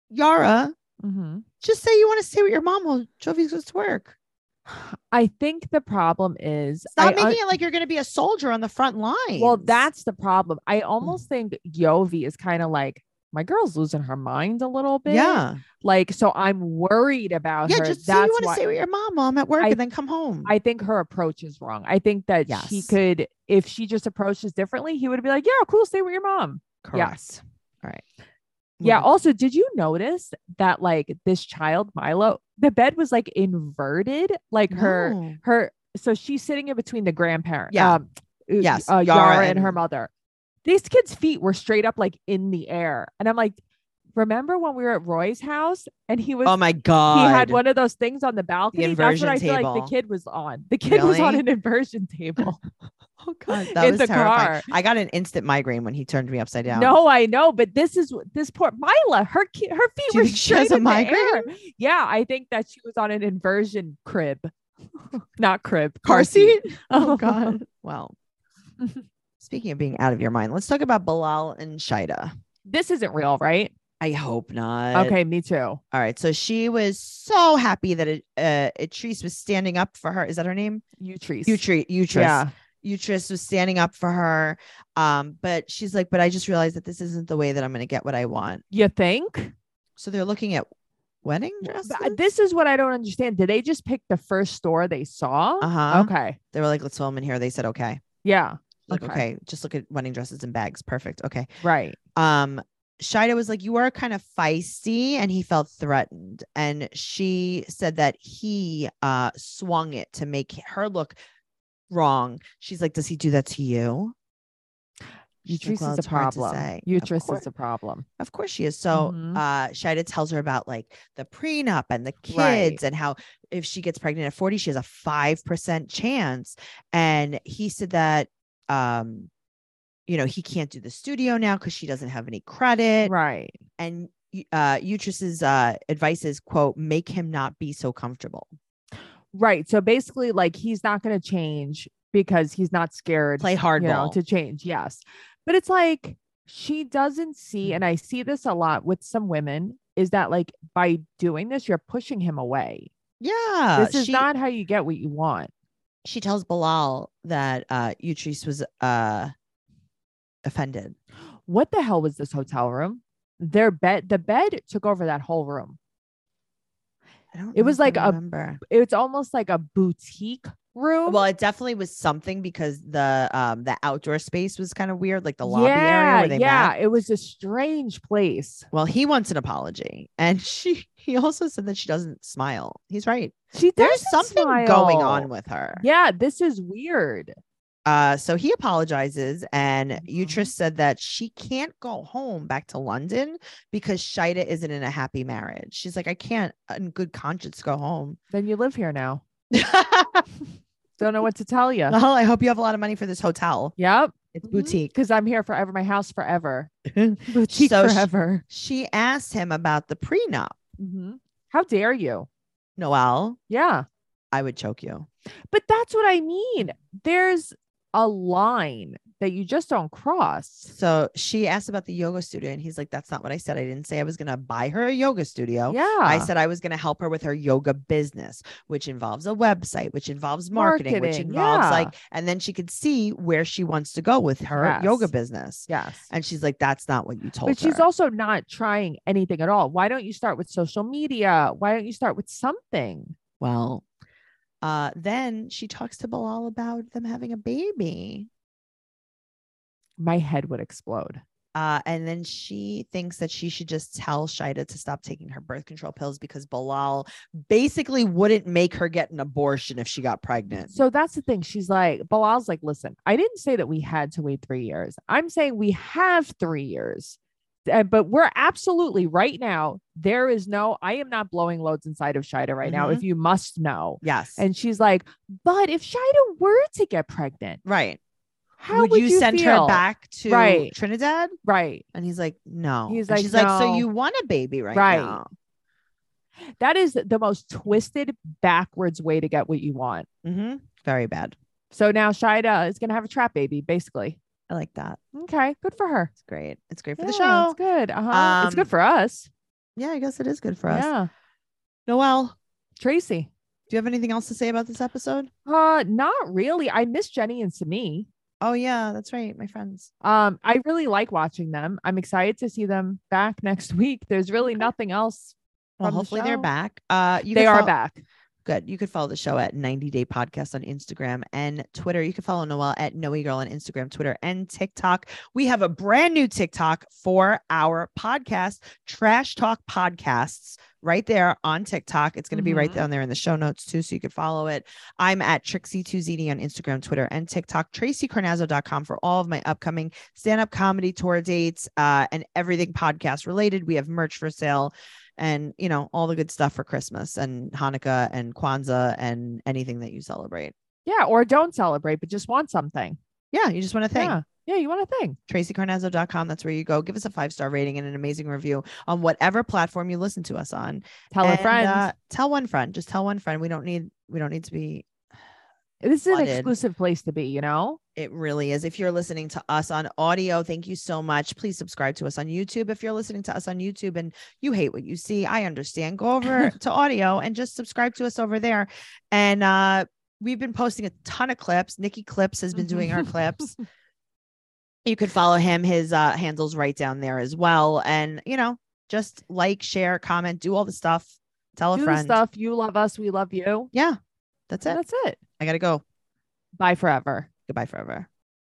[SPEAKER 2] Yara,
[SPEAKER 3] Mm-hmm.
[SPEAKER 2] just say you want to stay with your mom while Jovi goes to work.
[SPEAKER 3] *sighs* I think the problem is I,
[SPEAKER 2] Stop
[SPEAKER 3] un-
[SPEAKER 2] making it like you're going to be a soldier on the front line.
[SPEAKER 3] Well, that's the problem. I
[SPEAKER 2] Mm.
[SPEAKER 3] almost think Yovi is kind of like my girl's losing her mind a little bit.
[SPEAKER 2] yeah,
[SPEAKER 3] Like, so I'm worried about
[SPEAKER 2] yeah.
[SPEAKER 3] her.
[SPEAKER 2] Just say you
[SPEAKER 3] that's
[SPEAKER 2] want to
[SPEAKER 3] why
[SPEAKER 2] stay with your mom while I'm at work,
[SPEAKER 3] I-
[SPEAKER 2] and then come home.
[SPEAKER 3] I think her approach is wrong. I think that she
[SPEAKER 2] Yes.
[SPEAKER 3] could, if she just approaches differently, he would be like, yeah, cool, stay with your mom. Yes.
[SPEAKER 2] All right. Mm.
[SPEAKER 3] Yeah.
[SPEAKER 2] Moving-
[SPEAKER 3] Also, did you notice that like this child, Milo, the bed was like inverted, like her,
[SPEAKER 2] No.
[SPEAKER 3] her, so she's sitting in between the grandparent.
[SPEAKER 2] Yeah.
[SPEAKER 3] Um, uh,
[SPEAKER 2] Yes,
[SPEAKER 3] Uh,
[SPEAKER 2] Yara
[SPEAKER 3] Yara, and her
[SPEAKER 2] and-
[SPEAKER 3] mother. These kids' feet were straight up like in the air. And I'm like, remember when we were at Roy's house and he was
[SPEAKER 2] Oh my god.
[SPEAKER 3] he had one of those things on the balcony. That's
[SPEAKER 2] inversion
[SPEAKER 3] what I feel
[SPEAKER 2] table.
[SPEAKER 3] like the kid was on. The kid was on
[SPEAKER 2] Really?
[SPEAKER 3] an inversion
[SPEAKER 2] *laughs*
[SPEAKER 3] table.
[SPEAKER 2] Oh god,
[SPEAKER 3] in
[SPEAKER 2] that was
[SPEAKER 3] the car.
[SPEAKER 2] terrifying. I got an instant migraine when he turned me upside down. *laughs*
[SPEAKER 3] No, I know, but this is this poor Mila. Her ki- her feet
[SPEAKER 2] Do you
[SPEAKER 3] were
[SPEAKER 2] think she has
[SPEAKER 3] straight
[SPEAKER 2] a
[SPEAKER 3] in the air. Yeah, I think that she was on an inversion crib, *laughs* not crib,
[SPEAKER 2] car seat.
[SPEAKER 3] *laughs* Oh
[SPEAKER 2] Well, speaking of being out of your mind, let's talk about Bilal and Shida.
[SPEAKER 3] this isn't real, right?
[SPEAKER 2] I hope not.
[SPEAKER 3] Okay, me too.
[SPEAKER 2] All right. So she was so happy that it, uh, Atrice was standing up for her. Is that her name?
[SPEAKER 3] You trees.
[SPEAKER 2] Utri- Utris.
[SPEAKER 3] Yeah.
[SPEAKER 2] Utris was standing up for her. Um, but she's like, but I just realized that this isn't the way that I'm going to get what I want.
[SPEAKER 3] You think?
[SPEAKER 2] So they're looking at wedding dresses.
[SPEAKER 3] But This is what I don't understand. Did they just pick the first store they saw?
[SPEAKER 2] Uh huh.
[SPEAKER 3] Okay.
[SPEAKER 2] They were like, let's film in here. They said, okay.
[SPEAKER 3] Yeah.
[SPEAKER 2] Like, okay.
[SPEAKER 3] Okay.
[SPEAKER 2] Just look at wedding dresses and bags. Perfect. Okay.
[SPEAKER 3] Right.
[SPEAKER 2] um Shida was like, You are kind of feisty, and he felt threatened. And she said that he uh swung it to make her look wrong. She's like, Does he do that to you? She's like,
[SPEAKER 3] Utrus
[SPEAKER 2] "Well,
[SPEAKER 3] is
[SPEAKER 2] it's
[SPEAKER 3] a
[SPEAKER 2] hard to
[SPEAKER 3] problem.
[SPEAKER 2] say." Of
[SPEAKER 3] Utrus
[SPEAKER 2] course-
[SPEAKER 3] is a problem.
[SPEAKER 2] Of course she is. So
[SPEAKER 3] Mhm.
[SPEAKER 2] uh Shida tells her about like the prenup and the kids
[SPEAKER 3] Right.
[SPEAKER 2] and how if she gets pregnant at 40, she has a five percent chance. And he said that um you know, he can't do the studio now because she doesn't have any credit
[SPEAKER 3] Right.
[SPEAKER 2] and y- uh Utris's uh advice is quote make him not be so comfortable
[SPEAKER 3] Right. So basically, like he's not going to change because he's not scared
[SPEAKER 2] play hardball
[SPEAKER 3] you know, to change. Yes. But it's like she doesn't
[SPEAKER 2] Mm.
[SPEAKER 3] see, and I see this a lot with some women, is that like by doing this, you're pushing him away.
[SPEAKER 2] yeah
[SPEAKER 3] this is
[SPEAKER 2] Uh, she,
[SPEAKER 3] not how you get what you want.
[SPEAKER 2] she tells Bilal that uh Utris was uh offended
[SPEAKER 3] What the hell was this hotel room? Their bed, the bed took over that whole room.
[SPEAKER 2] I don't
[SPEAKER 3] It was
[SPEAKER 2] know if
[SPEAKER 3] like
[SPEAKER 2] I
[SPEAKER 3] a-
[SPEAKER 2] remember.
[SPEAKER 3] It's almost like a boutique room.
[SPEAKER 2] well it definitely was something because the um the outdoor space was kind of weird like the lobby area where they
[SPEAKER 3] yeah,
[SPEAKER 2] met
[SPEAKER 3] it was a strange place.
[SPEAKER 2] well he wants an apology and *laughs* she he also said that she doesn't smile he's right
[SPEAKER 3] She
[SPEAKER 2] there's
[SPEAKER 3] doesn't
[SPEAKER 2] something going on
[SPEAKER 3] smile.
[SPEAKER 2] with her
[SPEAKER 3] Yeah, this is weird.
[SPEAKER 2] Uh, so he apologizes, and
[SPEAKER 3] Mhm.
[SPEAKER 2] Utris said that she can't go home back to London because Shida isn't in a happy marriage. She's like, I can't, in good conscience,
[SPEAKER 3] *laughs*
[SPEAKER 2] go home. *laughs*
[SPEAKER 3] Then you live here now.
[SPEAKER 2] well,
[SPEAKER 3] Don't know what to tell you.
[SPEAKER 2] *laughs* I hope you have a lot of money for this hotel.
[SPEAKER 3] Yep.
[SPEAKER 2] It's
[SPEAKER 3] Mhm.
[SPEAKER 2] boutique.
[SPEAKER 3] Because I'm here forever, my house
[SPEAKER 2] *laughs*
[SPEAKER 3] forever, boutique
[SPEAKER 2] So sh-
[SPEAKER 3] forever.
[SPEAKER 2] She asked him about the prenup.
[SPEAKER 3] Mhm. How dare you?
[SPEAKER 2] Noel,
[SPEAKER 3] Yeah.
[SPEAKER 2] I would choke you.
[SPEAKER 3] But that's what I mean. There's a line. that you just don't cross.
[SPEAKER 2] So she asked about the yoga studio, and he's like, That's not what I said. I didn't say I was going to buy her a yoga studio.
[SPEAKER 3] Yeah.
[SPEAKER 2] I said I was going to help her with her yoga business, which involves a website, which involves marketing, which
[SPEAKER 3] Marketing,
[SPEAKER 2] involves
[SPEAKER 3] yeah.
[SPEAKER 2] like, and then she could see where she wants to go with her
[SPEAKER 3] Yes.
[SPEAKER 2] yoga business.
[SPEAKER 3] yes.
[SPEAKER 2] And she's like, that's not what you told
[SPEAKER 3] But she's
[SPEAKER 2] her.
[SPEAKER 3] also not trying anything at all. Why don't you start with social media? Why don't you start with something?
[SPEAKER 2] well, uh, then she talks to Bilal about them having a baby.
[SPEAKER 3] My head would explode.
[SPEAKER 2] Uh, and then she thinks that she should just tell Shida to stop taking her birth control pills because Bilal basically wouldn't make her get an abortion if she got pregnant.
[SPEAKER 3] So that's the thing. She's like, Bilal's like, listen, I didn't say that we had to wait three years. I'm saying we have three years. Uh, but we're absolutely right now. There is no, I am not blowing loads inside of Shida right now, if
[SPEAKER 2] Mm-hmm.
[SPEAKER 3] you must know.
[SPEAKER 2] yes.
[SPEAKER 3] And she's like, but if Shida were to get pregnant,
[SPEAKER 2] right.
[SPEAKER 3] how
[SPEAKER 2] would, you, send her
[SPEAKER 3] feel?"
[SPEAKER 2] back to
[SPEAKER 3] Right.
[SPEAKER 2] Trinidad?
[SPEAKER 3] Right.
[SPEAKER 2] And he's like, no.
[SPEAKER 3] He's
[SPEAKER 2] And
[SPEAKER 3] like,
[SPEAKER 2] she's like, so
[SPEAKER 3] "No."
[SPEAKER 2] you want a baby right,
[SPEAKER 3] Right.
[SPEAKER 2] now?
[SPEAKER 3] That is the most twisted backwards way to get what you want.
[SPEAKER 2] Mm-hmm. Very bad.
[SPEAKER 3] So now Shida is going to have a trap baby, basically.
[SPEAKER 2] I like that.
[SPEAKER 3] Okay, good for her.
[SPEAKER 2] It's great. It's great for
[SPEAKER 3] Yeah,
[SPEAKER 2] the show.
[SPEAKER 3] it's good. Uh-huh. it's
[SPEAKER 2] Um,
[SPEAKER 3] good for us.
[SPEAKER 2] Yeah, I guess it is good for us.
[SPEAKER 3] Yeah,
[SPEAKER 2] Noelle,
[SPEAKER 3] Tracy.
[SPEAKER 2] do you have anything else to say about this episode?
[SPEAKER 3] Uh, not really. I miss Jenny and Sami.
[SPEAKER 2] Oh yeah, that's right, my friends.
[SPEAKER 3] Um, I really like watching them. I'm excited to see them back next *laughs* week. There's really nothing else.
[SPEAKER 2] Well,
[SPEAKER 3] From the
[SPEAKER 2] hopefully they're
[SPEAKER 3] show?
[SPEAKER 2] back. Uh, you
[SPEAKER 3] they
[SPEAKER 2] can
[SPEAKER 3] are
[SPEAKER 2] follow-
[SPEAKER 3] back.
[SPEAKER 2] Good. You could follow the show at 90 Day Podcast on Instagram and Twitter. You can follow Noelle at Noe Girl on Instagram, Twitter, and TikTok. We have a brand new TikTok for our podcast, Trash Talk Podcasts, right there on TikTok. It's going to be right
[SPEAKER 3] Mhm.
[SPEAKER 2] down there in the show notes too, so you could follow it. I'm at Trixie2ZD on Instagram, Twitter, and TikTok. TracyCarnazzo.com for all of my upcoming stand up comedy tour dates uh, and everything podcast related. We have merch for sale and you know all the good stuff for Christmas and Hanukkah and Kwanzaa and anything that you celebrate.
[SPEAKER 3] Yeah, or don't celebrate, but just want something.
[SPEAKER 2] Yeah, you just want to thank
[SPEAKER 3] Yeah, yeah, you want a thing.
[SPEAKER 2] TracyCarnazzo.com. That's where you go. Give us a five star rating and an amazing review on whatever platform you listen to us on.
[SPEAKER 3] Tell
[SPEAKER 2] And,
[SPEAKER 3] a friend.
[SPEAKER 2] uh, tell one friend. Just tell one friend. We don't need. We don't need to be
[SPEAKER 3] this is an
[SPEAKER 2] flooded.
[SPEAKER 3] exclusive place to be. You know.
[SPEAKER 2] It really is. If you're listening to us on audio, thank you so much. Please subscribe to us on YouTube. If you're listening to us on YouTube and you hate what you see, I understand. Go
[SPEAKER 3] *laughs*
[SPEAKER 2] over to audio and just subscribe to us over there. And uh, we've been posting a ton of clips. Nikki Clips has been doing our
[SPEAKER 3] Mm-hmm. *laughs*
[SPEAKER 2] clips. You could follow him. His uh, handle's right down there as well. And, you know, just like, share, comment, do all the stuff. Tell a
[SPEAKER 3] Do the
[SPEAKER 2] friend.
[SPEAKER 3] stuff. You love us. We love you.
[SPEAKER 2] Yeah, that's
[SPEAKER 3] And
[SPEAKER 2] it.
[SPEAKER 3] That's it.
[SPEAKER 2] I got to go.
[SPEAKER 3] Bye forever.
[SPEAKER 2] Goodbye forever.